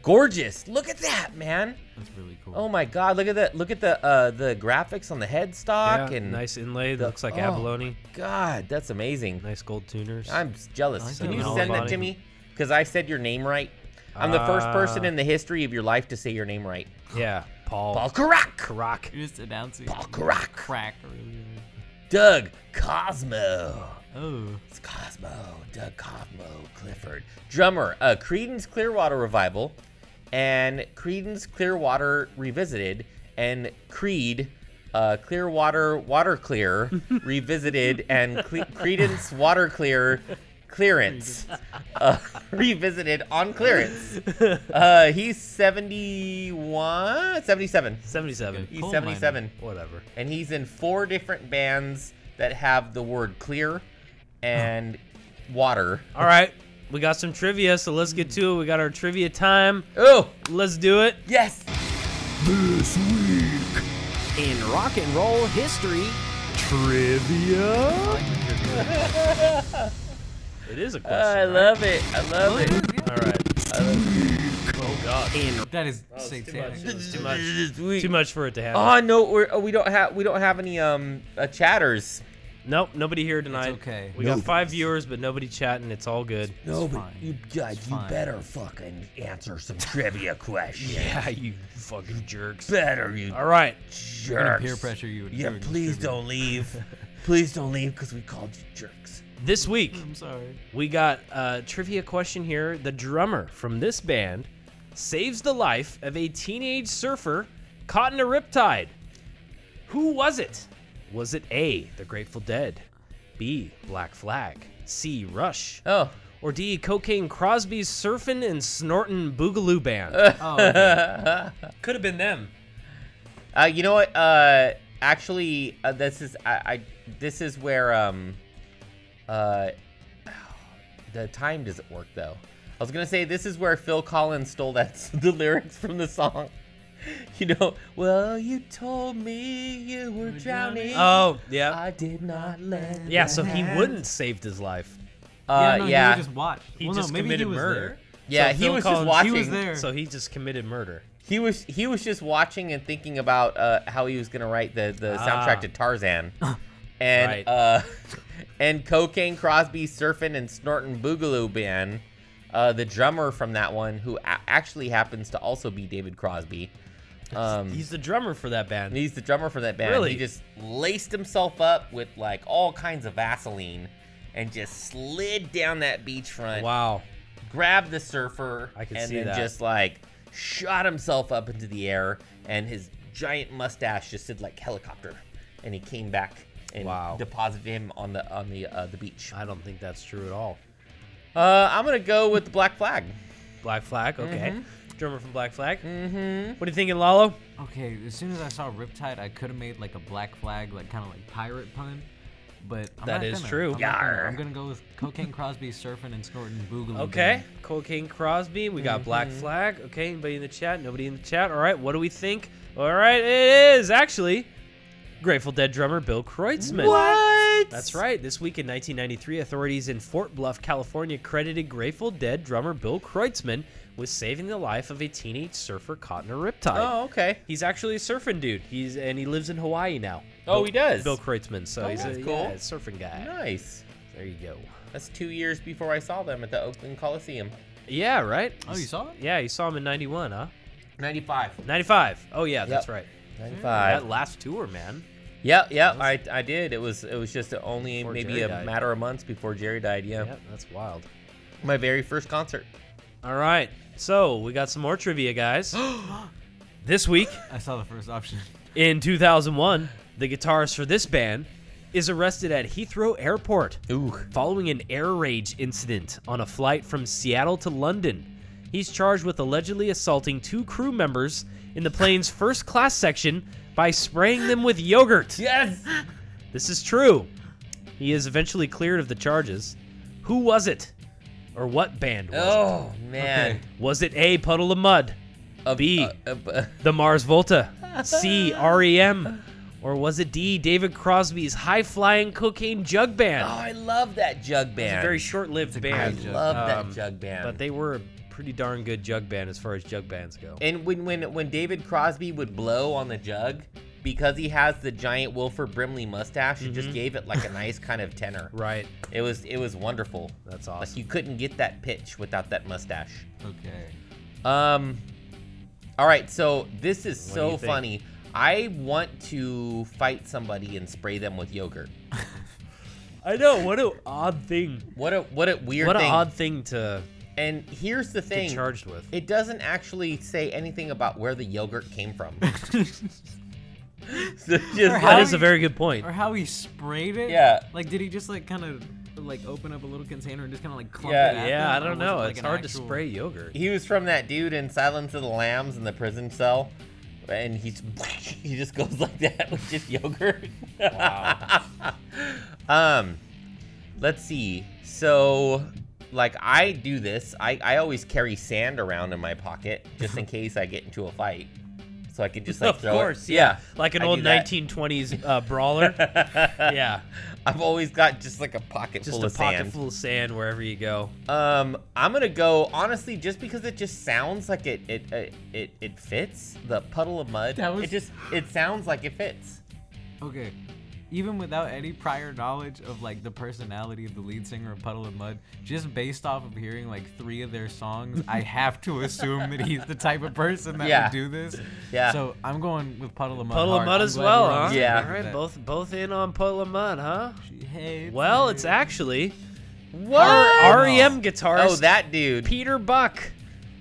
S6: gorgeous. Look at that, man.
S4: That's really cool.
S6: Oh my god, look at that. Look at the uh the graphics on the headstock
S5: Yeah,
S6: and
S5: nice inlay. That
S6: the-
S5: looks like
S6: oh.
S5: abalone.
S6: god, that's amazing.
S5: Nice gold tuners.
S6: I'm jealous.
S4: Nice
S6: Can you
S5: little
S6: send that
S5: body.
S6: to me? Cuz I said your name right. I'm the first
S5: Ah.
S6: person in the history of your life to say your name right.
S5: yeah, Paul.
S6: Paul Karak.
S5: Karak.
S4: You're just announcing.
S6: Paul Karak.
S4: Crack. Really.
S6: Doug Cosmo.
S4: Oh.
S6: It's Cosmo, Doug Cosmo Clifford, drummer, uh, Creedence Clearwater Revival, and Creedence Clearwater Revisited, and Creed, uh, Clearwater Water Clear
S4: [LAUGHS]
S6: Revisited, and Cle- Creedence Water Clear Clearance uh, [LAUGHS] Revisited on
S4: [LAUGHS]
S6: clearance. Uh, he's 71, 77.
S5: 77.
S6: He's
S4: Coal miner.
S6: 77
S5: Whatever.
S6: and he's in four different bands that have the word clear and water.
S5: All right. We got some trivia, so let's get to it. We got our trivia time.
S6: Oh,
S5: Let's do it.
S6: yes.
S1: This week,
S3: In rock and roll history,
S1: trivia.
S5: It is a question.
S6: I love it. I
S4: Oh,
S6: love it.
S5: All right. Oh,
S3: in
S4: That is
S5: Too much.
S4: satanic.
S5: It was Too much.
S6: This week.
S5: Too much for it to happen.
S6: Oh no, we're, oh, we don't have we don't have any um uh, chatters.
S5: Nope, nobody here tonight.
S4: okay.
S5: We got five viewers, but nobody chatting. It's all good.
S6: No, but
S4: fine. you guys, It's you fine.
S6: better fucking answer some trivia questions.
S5: Yeah, you fucking jerks.
S6: Better you
S5: All right.
S6: jerks.
S4: Peer pressure you would.
S6: Yeah,
S4: do in this
S6: please
S4: tribute.
S6: don't leave.
S4: [LAUGHS]
S6: please don't leave because we called you jerks.
S5: This week, [LAUGHS]
S4: I'm sorry.
S5: we got a trivia question here. The drummer from this band saves the life of a teenage surfer caught in a riptide. Who was it? Was it A, The Grateful Dead, B, Black Flag, C, Rush,
S6: Oh,
S5: or D, Cocaine Crosby's Surfin' and Snortin' Boogaloo Band?
S4: Oh. okay.
S5: Could have been them.
S6: Uh, you know what? Uh, actually, uh, this is I, I. This is where um, uh, the time doesn't work though. I was gonna say this is where Phil Collins stole that [LAUGHS] the lyrics from the song. [LAUGHS] You know, well, you told me you were drowning.
S5: Oh, yeah.
S4: Uh,
S6: I did not let.
S5: Yeah,
S6: that
S5: so he
S6: happen.
S5: wouldn't saved his life.
S6: Uh, yeah,
S4: no,
S6: yeah,
S4: He just watched.
S5: He
S4: well,
S5: just
S4: no, maybe
S5: committed
S4: he was
S5: murder.
S6: yeah
S5: so
S6: he
S5: Phil
S6: was
S5: Collins-
S6: just
S5: he
S4: There.
S6: watching.
S4: He was there.
S5: So he just committed murder.
S6: He was he was just watching and thinking about uh, how he was gonna write the the
S5: Ah.
S6: soundtrack to Tarzan, and
S5: [LAUGHS] Right.
S6: uh, [LAUGHS] and Cocaine Crosby surfing and snorting Boogaloo band, uh, the drummer from that one who a- actually happens to also be David Crosby. Um,
S5: He's the drummer for that
S6: and
S5: band.
S6: he's the drummer for that band.
S5: Really?
S6: He just laced himself up with like all kinds of Vaseline, and just slid down that beachfront
S5: Wow.
S6: grabbed the surfer
S5: I can
S6: and
S5: see
S6: then
S5: that.
S6: just like shot himself up into the air and his giant mustache just did like helicopter and he came back and
S5: Wow.
S6: deposited him on the on the uh, the beach.
S5: I don't think that's true at all.
S6: Uh, I'm gonna go with the black flag.
S5: Black Flag, okay. Drummer from Black Flag. Mm-hmm. What are you thinking, Lalo?
S4: Okay, as soon as I saw Riptide, I could have made like a black flag, like kind of like pirate pun, but I'm
S5: That
S4: not
S5: is
S4: gonna.
S5: true.
S4: I'm, not gonna.
S6: Yarr.
S4: I'm gonna go with Cocaine Crosby surfing and snorting boogaloo.
S5: Okay. Cocaine Crosby. We got Black Flag. Okay. Anybody in the chat? Nobody in the chat. All right. What do we think? All right. It is actually Grateful Dead drummer Bill Kreutzmann.
S6: What?
S5: That's right. This week in 1993, authorities in Fort Bluff, California, credited Grateful Dead drummer Bill Kreutzmann with saving the life of a teenage surfer caught in a riptide.
S6: Oh, okay.
S5: He's actually a surfing dude. He's and he lives in Hawaii now.
S6: Oh,
S5: Bill-
S6: he does?
S5: Bill Kreutzmann. So
S6: Oh,
S5: he's a
S6: that's cool.
S5: yeah, surfing guy.
S6: Nice.
S5: There you go.
S6: That's two years before I saw them at the Oakland Coliseum.
S5: Yeah, right.
S4: Oh, you saw it?
S5: Yeah, you saw him in '91, huh?
S6: 95.
S5: '95. Oh yeah, that's right.
S6: 95.
S5: That last tour, man.
S6: Yep, yep. I, I did. It was it was just only
S5: Before
S6: maybe
S5: Jerry
S6: a
S5: died.
S6: matter of months before Jerry died. Yeah.
S5: Yeah, that's wild.
S6: My very first concert. [GASPS]
S5: All right, so we got some more trivia, guys. This week,
S4: I saw the first option. [LAUGHS]
S5: in 2001, the guitarist for this band is arrested at Heathrow Airport
S6: Ooh.
S5: following an air rage incident on a flight from Seattle to London. He's charged with allegedly assaulting two crew members in the plane's first class section by spraying them with yogurt.
S6: Yes.
S5: This is true. He is eventually cleared of the charges. Who was it? Or what band was it?
S6: Oh man.
S5: Was it A, Puddle of Mud?
S6: A
S5: B.
S6: a- [LAUGHS] oh, a-
S5: The Mars Volta, C, REM, or was it D, David Crosby's High Flying Cocaine Jug Band?
S6: oh, I love that jug band.
S5: It's a very short-lived
S6: I
S5: band,
S4: jug.
S6: love
S5: Um,
S6: that jug band.
S5: but they were a pretty darn good jug band as far as jug bands go.
S6: And when when when David Crosby would blow on the jug, because he has the giant Wilford Brimley mustache, it just gave it like a nice kind of tenor.
S5: Mm-hmm. [LAUGHS] Right,
S6: It was it was wonderful.
S5: that's
S6: Like
S5: awesome.
S6: you couldn't get that pitch without that mustache.
S4: Okay.
S5: [LAUGHS]
S6: Um All right, so this is
S5: do you
S6: so
S5: think?
S6: funny. I want to fight somebody and spray them with yogurt.
S5: I know, what an odd thing.
S6: What a what a weird
S5: What an
S6: thing.
S5: odd thing to
S6: and here's the
S5: get
S6: thing.
S5: charged with.
S6: It doesn't actually say anything about where the yogurt came
S5: [LAUGHS]
S6: from. [LAUGHS] So just
S5: That
S4: how
S5: is a
S4: he-
S5: very good point.
S4: Or how he sprayed it?
S6: Yeah.
S4: Like, did he just like kind of like open up a little container and just kind of like clump
S6: Yeah.
S4: it? at
S5: Yeah, I
S4: them? Or
S5: don't
S4: was it,
S5: know.
S4: like,
S5: it's
S4: an
S5: hard to
S4: actual-
S5: spray yogurt.
S6: he was from that dude in Silence of the Lambs in the prison cell, and he's he just [LAUGHS] goes like that with just yogurt. Wow. [LAUGHS] um, let's see. So, like, I do this. I I always carry sand around in my pocket
S5: [LAUGHS]
S6: just in case I get into a fight, so I can just like
S5: of
S6: throw
S5: course,
S6: it.
S5: yeah. Like an
S6: I do
S5: old
S6: that. [LAUGHS]
S5: 1920s uh, brawler. yeah.
S6: I've always got just like a pocket
S5: Just
S6: full
S5: a
S6: of
S5: pocket
S6: sand.
S5: full of sand wherever you go.
S6: Um, I'm gonna go honestly, just because it just sounds like it it it it, it fits the puddle of mud.
S4: That was-
S6: It just it sounds like it fits.
S4: Okay. Even without any prior knowledge of like the personality of the lead singer of Puddle of Mud, just based off of hearing like three of their songs,
S5: [LAUGHS]
S4: I have to assume that he's the type of person that
S6: Yeah.
S4: would do this.
S6: Yeah.
S4: So I'm going with Puddle of Mud.
S5: Puddle of
S4: hard.
S5: mud
S4: I'm
S5: as
S4: glad
S5: well,
S4: we're on
S5: huh?
S4: the same
S6: Yeah.
S4: page
S5: All
S4: with
S5: right,
S4: that.
S5: both both in on puddle of mud, huh?
S4: She hates
S5: Well,
S4: me.
S5: it's actually
S6: What?
S5: our REM guitarist
S6: oh, that dude.
S5: Peter Buck.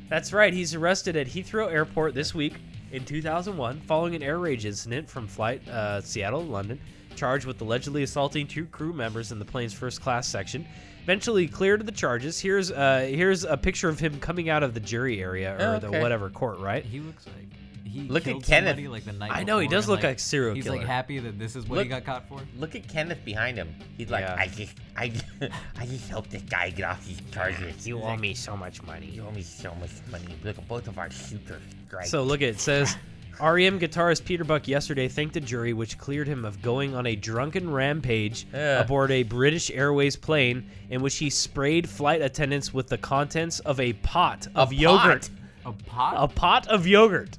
S5: That's right. He's arrested at Heathrow Airport this week in 2001 following an air rage incident from flight uh, Seattle to London, charged with allegedly assaulting two crew members in the plane's first class section. Eventually cleared of the charges. Here's uh, here's a picture of him coming out of the jury area or
S6: Oh,
S5: the
S6: okay.
S5: whatever court, right?
S4: He looks like he
S6: Look at
S4: killed
S6: Kenneth.
S4: somebody, like the night.
S5: I know, he
S4: before,
S5: does
S4: and,
S5: look like serial
S4: He's like
S5: killer.
S4: happy that this is what he
S6: Look-
S4: got caught for.
S6: Look at Kenneth behind him. He's like,
S5: Yeah.
S6: I just I [LAUGHS] just, I just helped this guy get off these charges.
S5: You owe me so much money.
S6: You owe me so much money. Look at both of our shooters. Great.
S5: So look, it says REM guitarist Peter Buck yesterday thanked a jury which cleared him of going on a drunken rampage
S6: Yeah.
S5: aboard a British Airways plane in which he sprayed flight attendants with the contents of a pot of yogurt.
S4: A pot.
S5: A pot of yogurt.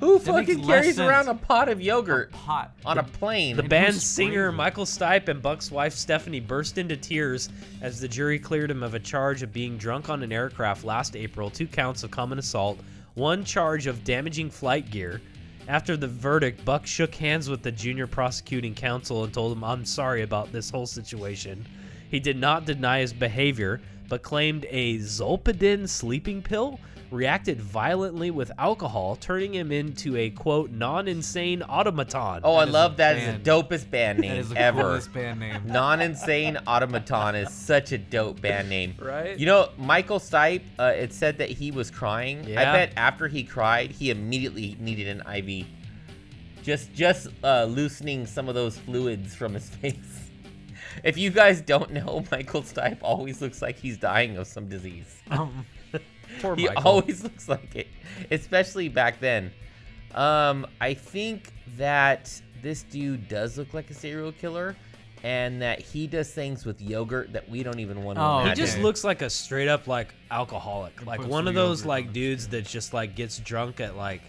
S6: Who
S4: That makes
S6: fucking
S4: less
S6: carries
S4: sense.
S6: around a pot of yogurt
S4: pot.
S6: on a plane?
S5: The
S4: who
S5: band's
S4: sprayed
S5: singer
S4: it?
S5: Michael Stipe and Buck's wife Stephanie burst into tears as the jury cleared him of a charge of being drunk on an aircraft last April, two counts of common assault, one charge of damaging flight gear. After the verdict, Buck shook hands with the junior prosecuting counsel and told him, I'm sorry about this whole situation. He did not deny his behavior, but claimed a Zolpidem sleeping pill reacted violently with alcohol, turning him into a quote, non insane automaton.
S6: oh, I
S4: is
S6: love
S4: a
S6: that is
S4: band.
S6: the dopest band
S4: That
S6: name
S4: is the
S6: ever.
S4: coolest
S6: [LAUGHS]
S4: band name.
S6: Non-insane automaton is such a dope band name.
S5: Right?
S6: You know, Michael Stipe. Uh, it said that he was crying.
S5: Yeah.
S6: I bet after he cried, he immediately needed an IV. Just, just uh, loosening some of those fluids from his [LAUGHS] face. If you guys don't know, Michael Stipe always looks like he's dying of some disease.
S4: Um,
S5: Poor
S6: He
S5: Michael.
S6: always [LAUGHS] looks like it, especially back then. Um, I think that this dude does look like a serial killer, and that he does things with yogurt that we don't even want to.
S4: Oh,
S5: he
S6: imagine.
S5: just
S4: Okay.
S5: looks like a straight up like alcoholic, like
S4: puts
S5: one of
S4: the
S5: those
S4: yogurt
S5: like
S4: on.
S5: dudes that just like gets drunk at like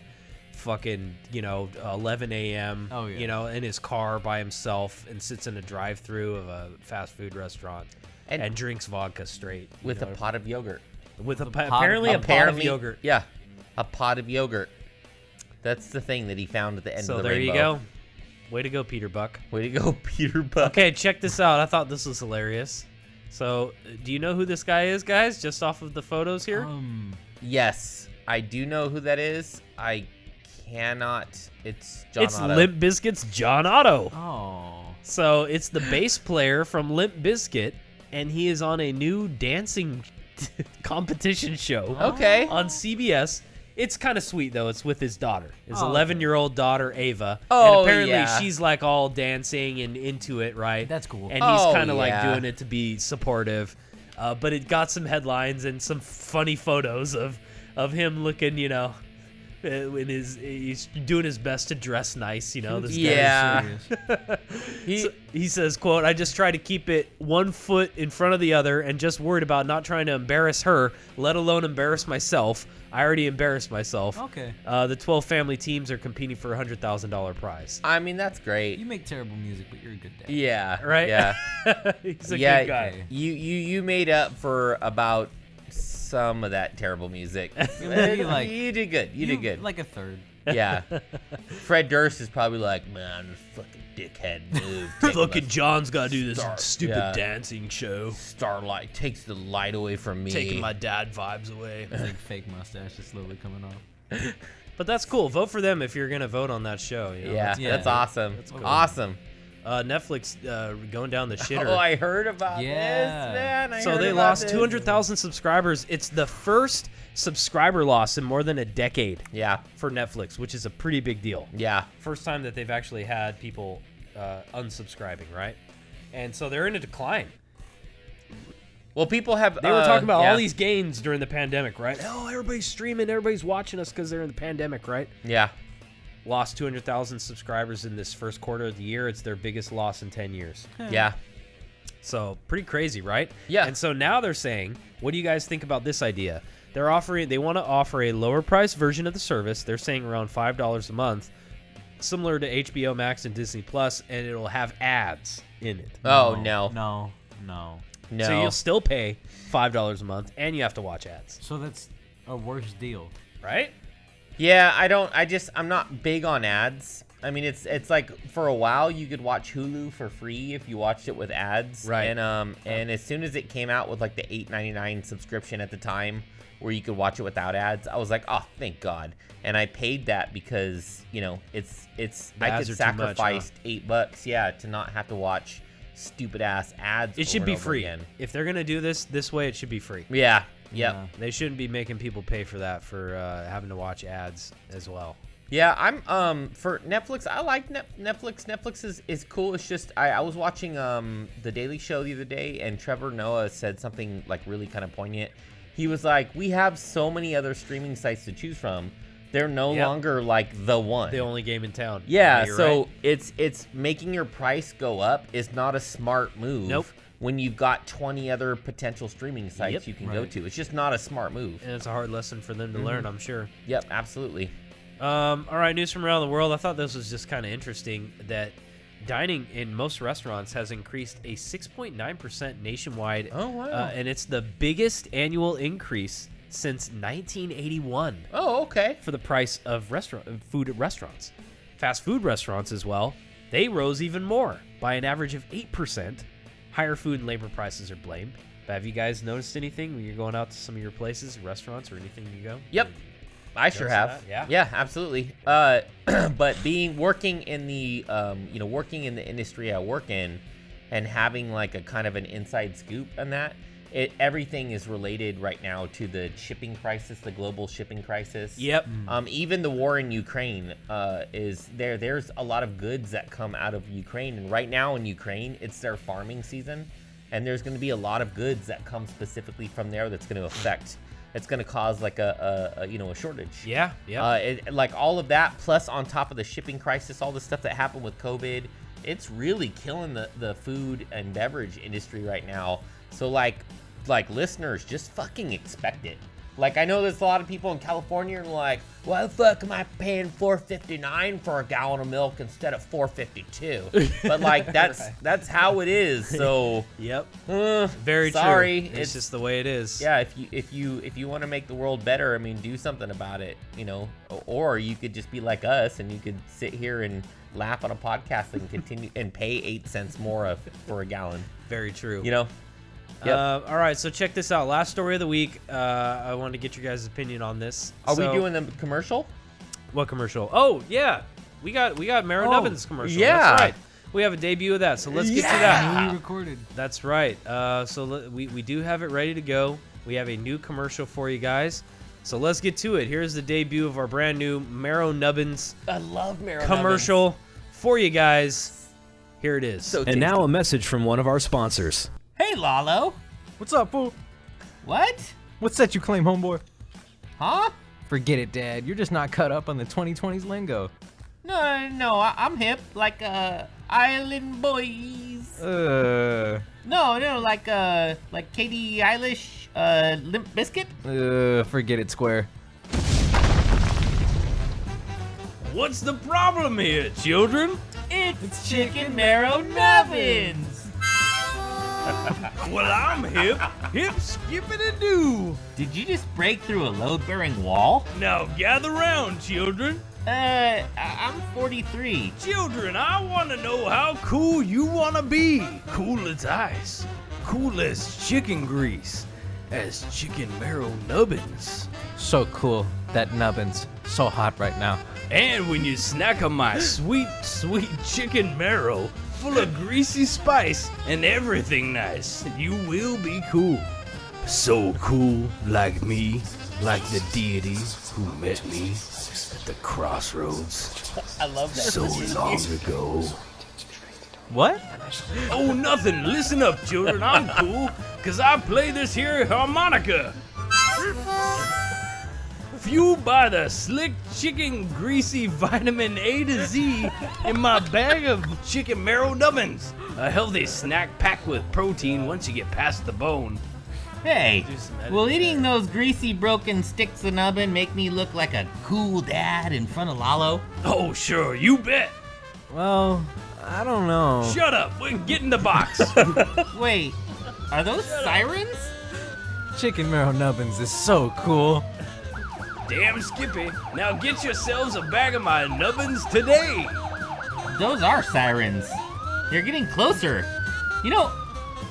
S5: fucking you know 11 a.m.
S4: Oh, yeah.
S5: you know in his car by himself and sits in a drive-through of a fast food restaurant and,
S6: And-
S5: drinks vodka straight you
S6: with
S5: know,
S6: a pot of yogurt.
S5: with a,
S4: pot-
S5: apparently a pot of
S6: Apparently-
S5: yogurt.
S6: Yeah, a pot of yogurt. That's the thing that he found at the end
S5: So
S6: of the
S5: there you
S6: rainbow.
S5: go. Way to go, Peter Buck.
S6: Way to go, [LAUGHS] Peter Buck.
S5: Okay, check this out. I thought this was hilarious. So, do you know who this guy is, guys?
S4: Oh.
S5: Just off of the photos here.
S4: um,
S6: Yes, I do know who that is. I cannot. It's John
S5: It's
S6: Otto.
S5: Limp Biscuit's John Otto.
S4: Oh.
S5: So it's the bass player from Limp Biscuit, and he is on a new dancing [LAUGHS] competition show
S6: Oh. Okay.
S5: on CBS. It's kind of sweet though. It's with his daughter, his
S4: Oh, okay.
S5: 11 year old daughter Ava.
S6: Oh,
S5: and apparently
S6: yeah.
S5: she's like all dancing and into it, right?
S4: That's cool.
S5: And
S6: Oh,
S5: he's kind of like
S6: yeah.
S5: doing it to be supportive, uh, but it got some headlines and some funny photos of of him looking, you know, uh, in his he's doing his best to dress nice, you know. This guy is-
S6: Yeah.
S4: Serious.
S5: he, he says, quote, I just try to keep it one foot in front of the other and just worried about not trying to embarrass her, let alone embarrass myself. I already embarrassed myself.
S4: Okay.
S5: Uh, the 12 family teams are competing for a $100,000
S6: [LAUGHS]
S5: prize. [LAUGHS]
S6: I mean, that's great.
S4: You make terrible music, but you're a good dad.
S6: yeah.
S5: Right? [LAUGHS]
S6: Yeah.
S5: He's a
S6: yeah.
S5: good guy.
S6: You you you made up for about some of that
S5: [LAUGHS]
S6: terrible music.
S4: You maybe, like-
S6: you did good. You, did good.
S4: Like a third.
S5: [LAUGHS]
S6: yeah. Fred Durst is probably like, man, this fucking
S5: [LAUGHS]
S6: dickhead move. taking my
S5: Fucking John's got to do this stupid
S6: yeah.
S5: dancing show.
S6: starlight takes the light away from me.
S5: Taking my dad vibes
S6: [LAUGHS]
S5: away.
S4: It's like [LAUGHS] fake mustache is slowly coming off.
S5: But that's cool. Vote for them if you're going to vote on that show. You know?
S6: yeah,
S4: Yeah.
S6: that's awesome.
S4: cool.
S6: Awesome.
S5: Uh, Netflix uh, going down
S6: [LAUGHS]
S5: the shitter.
S6: Oh, I heard about
S4: Yeah.
S6: this, man. I
S5: So
S6: heard
S5: they
S6: about
S5: lost
S6: this.
S5: 200,000 subscribers. It's the first subscriber loss in more than a decade
S6: Yeah,
S5: for Netflix, which is a pretty big deal.
S6: yeah.
S5: First time that they've actually had people uh, unsubscribing, right? And so they're in a decline.
S6: Well, people have.
S5: They were
S6: uh,
S5: talking about
S6: yeah.
S5: all these gains during the pandemic, right? Oh, everybody's streaming, everybody's watching us because they're in the pandemic, right?
S6: Yeah,
S5: Lost 200,000 subscribers in this first quarter of the year. It's their biggest loss in 10 years.
S6: yeah.
S5: So pretty crazy, right?
S6: Yeah.
S5: And so now they're saying, what do you guys think about this idea? They're offering they want to offer a lower price version of the service. They're saying around five dollars a month, similar to HBO Max and Disney Plus, and it'll have ads in it.
S6: Oh no, no.
S4: No. No.
S5: So you'll still pay five dollars a month and you have to watch ads.
S4: So that's a worse deal.
S5: Right?
S6: yeah, I don't. I just. I'm not big on ads. I mean, it's it's like for a while you could watch Hulu for free if you watched it with ads.
S5: Right.
S6: And um and as soon as it came out with like the 8.99 subscription at the time where you could watch it without ads, I was like, oh, thank God. And I paid that because you know it's it's
S5: The
S6: I
S5: ads
S6: could
S5: are too much, huh?
S6: sacrifice eight bucks, yeah, to not have to watch stupid ass ads.
S5: It should
S6: over
S5: be
S6: and over
S5: free.
S6: Again.
S5: If they're gonna do this this way, it should be free.
S6: Yeah. Yep.
S4: Yeah.
S5: They shouldn't be making people pay for that for uh, having to watch ads as well.
S6: Yeah, I'm um for Netflix. I like Net- Netflix. Netflix is, is cool. It's just I, I was watching um the Daily Show the other day, and Trevor Noah said something like really kind of poignant. He was like, "We have so many other streaming sites to choose from. They're no
S5: Yep.
S6: longer like the one.
S5: The only game in town.
S6: yeah.
S5: You're
S6: So
S5: right.
S6: it's it's making your price go up is not a smart move.
S5: Nope.
S6: When you've got 20 other potential streaming sites
S5: Yep.
S6: you can go
S4: Right.
S6: to, it's just not a smart move.
S5: and it's a hard lesson for them to
S6: Mm-hmm.
S5: learn, I'm sure.
S6: Yep, absolutely.
S5: Um, all right, news from around the world. I thought this was just kind of interesting that dining in most restaurants has increased a 6.9% nationwide.
S6: Oh, wow.
S5: Uh, and it's the biggest annual increase since 1981
S6: Oh, okay.
S5: for the price of restaurant of food at restaurants. Fast food restaurants as well, they rose even more by an average of 8%. Higher food and labor prices are blamed. But have you guys noticed anything when you're going out to some of your places, restaurants, or anything you go?
S6: Yep. I sure
S5: to
S6: have.
S5: that? Yeah.
S6: Yeah, absolutely. Uh, [CLEARS THROAT] but being working in the um, you know working in the industry I work in, and having like a kind of an inside scoop on that, it, everything is related right now to the shipping crisis, the global shipping crisis.
S5: Yep.
S6: Um, even the war in Ukraine uh, is there. There's a lot of goods that come out of Ukraine, and right now in Ukraine, it's their farming season, and there's going to be a lot of goods that come specifically from there that's going to affect. It's going to cause like a, a, a you know a shortage.
S5: Yeah. Yeah.
S6: Uh, it, like all of that, plus on top of the shipping crisis, all the stuff that happened with COVID, it's really killing the, the food and beverage industry right now. So like, like listeners, just fucking expect it. Like I know there's a lot of people in California and like, why the fuck am I paying 4.59 for a gallon of milk instead of 4.52? But like that's that's how it is. So
S5: yep.
S6: uh,
S5: Very true.
S6: sorry,
S5: It's, just the way it is.
S6: yeah if you if you if you want to make the world better i mean do something about it you know O- or you could just be like us and you could sit here and laugh on a podcast and continue and pay eight cents more of, for a gallon
S5: Very true.
S6: you know yep.
S5: Uh, all right. So check this out. Last story of the week. Uh, I wanted to get your guys' opinion on this.
S6: are
S5: So,
S6: we doing the commercial
S5: What commercial? Oh yeah, we got we got Mara
S7: Oh,
S5: Nubbins commercial.
S6: yeah.
S5: That's right. We have a debut of that, so let's get to that.
S6: Ah.
S4: We recorded.
S5: That's right. Uh, so le- we we do have it ready to go. We have a new commercial for you guys. So let's get to it. Here's the debut of our brand new Marrow Nubbins
S6: I love Marilyn.
S5: commercial for you guys. Here it is.
S6: So
S3: And now a message from one of our sponsors.
S6: hey Lalo,
S4: What's up, fool?
S6: what?
S4: What's that you claim, homeboy?
S6: Huh?
S4: Forget it, Dad. You're just not caught up on the 2020s lingo.
S6: No, no, I, I'm hip like uh Island Boys.
S4: Uh,
S6: No, no, like uh like Katie Eilish, uh Limp Biscuit.
S4: uh, forget it, Square.
S7: What's the problem here, children?
S6: It's chicken marrow nubbins.
S7: Well, I'm hip. hip, skipping a do.
S6: Did you just break through a load-bearing wall?
S7: Now gather round, children.
S6: Uh, I- I'm 43.
S7: Children, I want to know how cool you want to be. Cool as ice. Cool as chicken grease. As chicken marrow nubbins.
S4: So cool. That nubbins. So hot right now.
S7: And when you snack on my sweet, sweet chicken marrow, full of greasy spice and everything nice, you will be cool. So cool, like me, like the deity who met me at the crossroads
S6: [LAUGHS] I love that.
S7: so long ago.
S4: What?
S7: Oh, nothing. Listen up, children. I'm cool, because I play this here harmonica. Fueled by the slick chicken greasy vitamin A to Z in my bag of chicken marrow nubbins. A healthy snack packed with protein once you get past the bone.
S6: Hey,
S7: Just imagine
S6: will eating those greasy broken sticks in oven make me look like a cool dad in front of Lalo?
S7: Oh, sure, you bet.
S4: Well, I don't know.
S7: Shut up. We can get in the box.
S6: Wait, are those sirens?
S4: Chicken marrow nubbins is so cool.
S7: Damn Skippy. Now get yourselves a bag of my nubbins today.
S6: Those are sirens. They're getting closer. You know,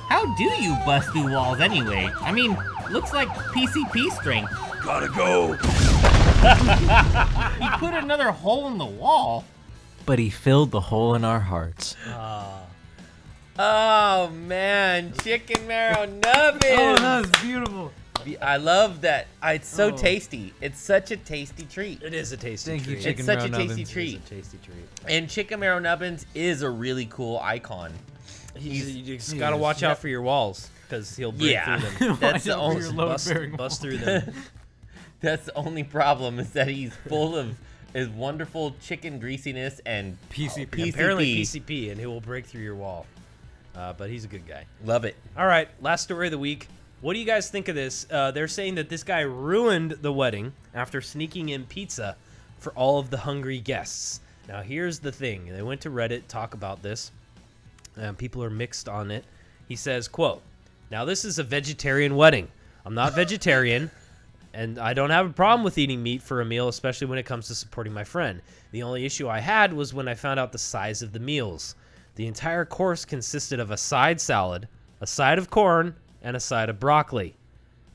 S6: how do you bust through walls anyway? I mean, looks like PCP strength. [LAUGHS]
S7: Gotta go.
S6: He put another hole in the wall.
S4: But he filled the hole in our hearts.
S6: Oh man, chicken marrow nubbins.
S4: was beautiful.
S6: I love that. Uh, It's so tasty. It's such a tasty treat.
S3: It is a tasty
S4: Thank you,
S3: treat.
S4: Chicken
S6: it's such
S4: marrow
S6: a tasty
S4: nubbins.
S6: treat.
S3: It's a tasty
S4: [LAUGHS]
S3: treat.
S6: And Chicken Marrow Nubbins is a really cool icon.
S5: You just- you just gotta watch out for your walls because he'll break
S6: Yeah.
S5: through
S4: [LAUGHS]
S5: them.
S6: That's the
S4: Watch out for
S6: only
S4: your load
S5: bust,
S4: bearing
S5: bust through them.
S7: [LAUGHS]
S6: that's the only problem is that he's full of his wonderful chicken greasiness and Oh,
S4: PCP.
S6: PCP.
S5: Apparently PCP, and he will break through your wall. Uh, but he's a good guy.
S6: Love it.
S5: All right, last story of the week. What do you guys think of this? Uh, they're saying that this guy ruined the wedding after sneaking in pizza for all of the hungry guests. Now, here's the thing. They went to Reddit talk about this. Um, people are mixed on it. He says, "quote Now this is a vegetarian wedding. I'm not vegetarian." and I don't have a problem with eating meat for a meal, especially when it comes to supporting my friend. The only issue I had was when I found out the size of the meals. The entire course consisted of a side salad, a side of corn, and a side of broccoli.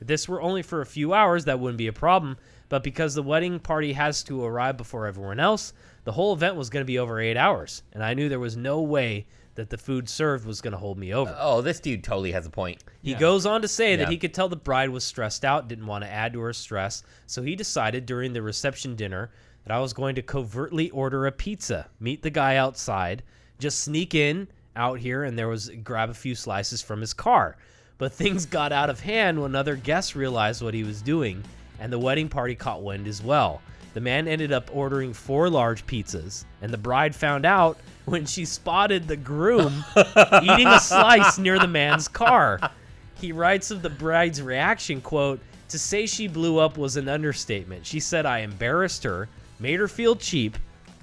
S5: If this were only for a few hours, that wouldn't be a problem, but because the wedding party has to arrive before everyone else, the whole event was going to be over eight hours, and I knew there was no way that the food served was going to hold me over.
S6: Oh, this dude totally has a point.
S5: He goes on to say that
S6: Yeah.
S5: he could tell the bride was stressed out, didn't want to add to her stress, so he decided during the reception dinner that I was going to covertly order a pizza, meet the guy outside, just sneak in out here, and there was grab a few slices from his car. But [LAUGHS] things got out of hand when other guests realized what he was doing, and the wedding party caught wind as well. The man ended up ordering four large pizzas, and the bride found out [LAUGHS] when she spotted the
S6: [LAUGHS]
S5: groom eating a slice near the man's car. He writes of the bride's reaction, quote, to say she blew up was an understatement. She said I embarrassed her, made her feel cheap.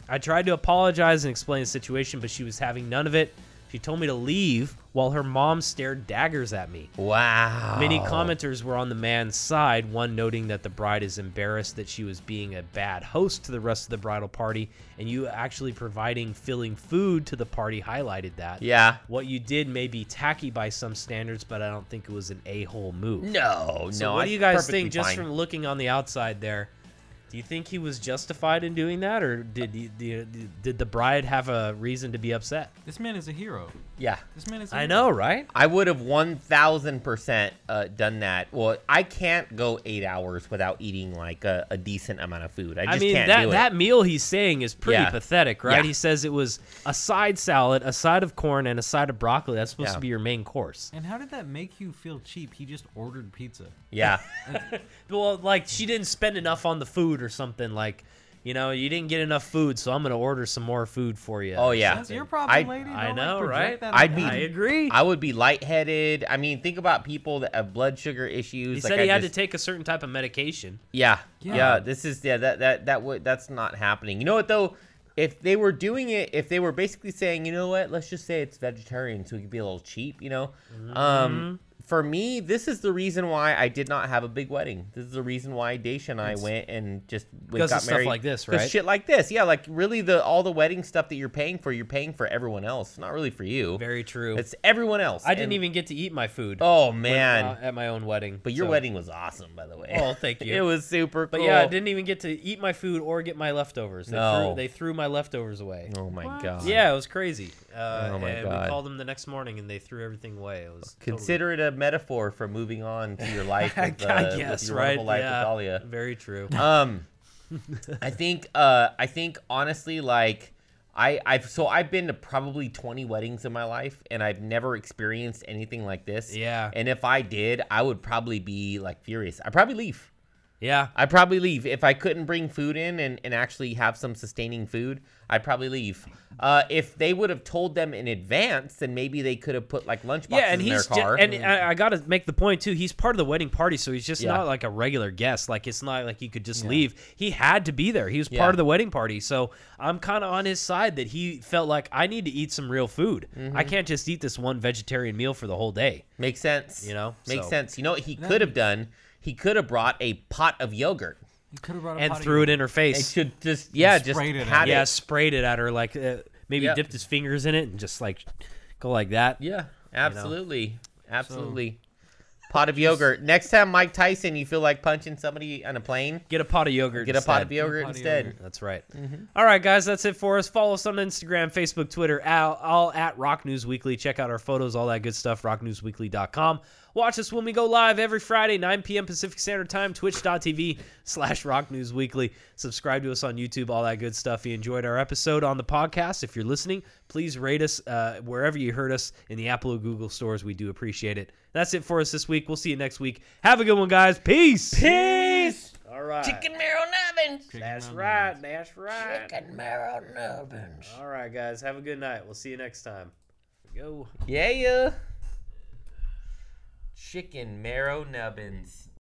S5: I tried to apologize and explain the situation, but she was having none of it. She told me to leave while her mom stared daggers at me.
S6: Wow.
S5: Many commenters were on the man's side, one noting that the bride is embarrassed that she was being a bad host to the rest of the bridal party, and you actually providing filling food to the party highlighted that.
S6: Yeah.
S5: What you did may be tacky by some standards, but I don't think it was an a hole move.
S6: No,
S5: So
S6: no.
S5: what
S6: I-
S5: do you guys
S6: perfectly
S5: think just
S6: fine.
S5: from looking on the outside there? Do you think he was justified in doing that, or did he, did, did the bride have a reason to be upset?
S4: This man is a hero.
S6: Yeah.
S4: This man is. I
S5: I know, right?
S6: I would have 1000% uh, done that. Well, I can't go eight hours without eating like a, a decent amount of food. I
S5: I,
S6: just
S5: mean,
S6: can't
S5: that
S6: do it.
S5: that meal he's saying is pretty
S6: Yeah.
S5: pathetic, right?
S6: Yeah.
S5: He says it was a side salad, a side of corn, and a side of broccoli. That's supposed
S6: Yeah.
S5: to be your main course.
S4: And how did that make you feel cheap? He just ordered pizza.
S6: yeah.
S5: Well, like she didn't spend enough on the food or something. Like, you know, you didn't get enough food, so I'm gonna order some more food for you.
S6: Oh yeah.
S4: That's your problem,
S6: I-
S4: lady.
S5: I
S4: Don't, like,
S5: know,
S4: project
S5: right?
S4: that on
S6: I'd
S4: me.
S6: be
S5: I agree.
S6: I would be lightheaded. I mean, think about people that have blood sugar issues.
S5: he
S6: like,
S5: said
S6: I
S5: he had
S6: just-
S5: to take a certain type of medication.
S6: Yeah,
S4: Yeah.
S6: yeah. this is yeah. That that that would that's not happening. You know what though? If they were doing it, if they were basically saying, you know what, let's just say it's vegetarian, so we could be a little cheap. You know,
S5: Mm-hmm.
S6: um, for me, this is the reason why I did not have a big wedding. This is the reason why Daisha and I went and just we
S5: Because
S6: got
S5: of stuff
S6: married
S5: like this,
S6: 'Cause
S5: right?
S6: Shit like this, yeah. Like really, the all the wedding stuff that you're paying for, you're paying for everyone else, not really for you.
S5: Very true.
S6: It's everyone else.
S5: I didn't
S6: And-
S5: even get to eat my food.
S6: Oh
S5: when,
S6: man.
S5: uh, at my own wedding.
S6: but your
S5: so-
S6: wedding was awesome, by the way.
S5: [LAUGHS] Oh, thank you.
S6: [LAUGHS] it was super
S5: But
S6: cool.
S5: yeah, I didn't even get to eat my food or get my leftovers. They,
S6: No.
S5: threw, they threw my leftovers away.
S6: Oh my god.
S5: Yeah, it was crazy. Uh,
S6: Oh my
S5: and we
S6: God.
S5: called them the next morning, and they threw everything away. It was totally-
S6: Consider it a metaphor for moving on to your life
S5: [LAUGHS]
S6: [LAUGHS]
S5: I,
S6: with, uh,
S5: I
S6: with
S5: guess
S6: your
S5: right.
S6: wonderful life
S5: yeah, [LAUGHS]
S6: with Dahlia.
S5: Very true.
S6: Um, I think uh, I think honestly, like I I've so I've been to probably twenty weddings in my life, and I've never experienced anything like this.
S5: Yeah.
S6: And if I did, I would probably be like furious. I'd probably leave.
S5: yeah.
S6: I'd probably leave if I couldn't bring food in and, and actually have some sustaining food. I'd probably leave. Uh, if they would have told them in advance, then maybe they could have put like lunchboxes
S5: Yeah, and
S6: in
S5: he's
S6: their
S5: ju-
S6: car.
S5: and I, I gotta make the point too. He's part of the wedding party, so he's just
S6: Yeah.
S5: not like a regular guest. Like it's not like he could just leave. He had to be there. He was part
S6: Yeah.
S5: of the wedding party, so I'm kind of on his side that he felt like I need to eat some real food. I
S6: Mm-hmm.
S5: can't just eat this one vegetarian meal for the whole day.
S6: Makes sense.
S5: You know,
S6: makes
S5: so-
S6: sense. You know what he could have done? He could have bbrought a pot of [LAUGHS] yogurt
S4: You could have brought a
S5: and
S4: pot of
S5: threw it
S4: yogurt.
S5: in her
S6: and
S5: face.
S6: should just yeah just
S4: sprayed it at
S6: had
S5: yeah,
S6: it.
S5: sprayed it at her like uh, maybe
S6: Yep.
S5: dipped his fingers in it and just like go like that.
S6: Yeah, absolutely, absolutely. Pot of yogurt. Next time, Mike Tyson, you feel like punching somebody on a plane?
S5: Get a pot of yogurt.
S6: Get a pot of
S5: instead.
S6: yogurt
S4: pot of
S6: instead.
S4: yogurt.
S5: That's right. All right, guys, that's it for us. Follow us on Instagram, Facebook, Twitter, all, all at Rock News Weekly. Check out our photos, all that good stuff, rocknewsweekly.com. Watch us when we go live every Friday, 9 p.m. Pacific Standard Time, twitch.tv slash Rock News Weekly. Subscribe to us on YouTube, all that good stuff. If you enjoyed our episode on the podcast, if you're listening, please rate us uh, wherever you heard us in the Apple or Google stores. We do appreciate it. That's it for us this week. We'll see you next week. Have a good one, guys. Peace. Peace. All right.
S6: Chicken marrow nubbins.
S4: Chicken
S5: That's
S4: ramen.
S5: right. That's right.
S6: Chicken marrow nubbins.
S5: All right, guys. Have a good night. We'll see you next time. Go.
S6: Yeah. Chicken marrow nubbins.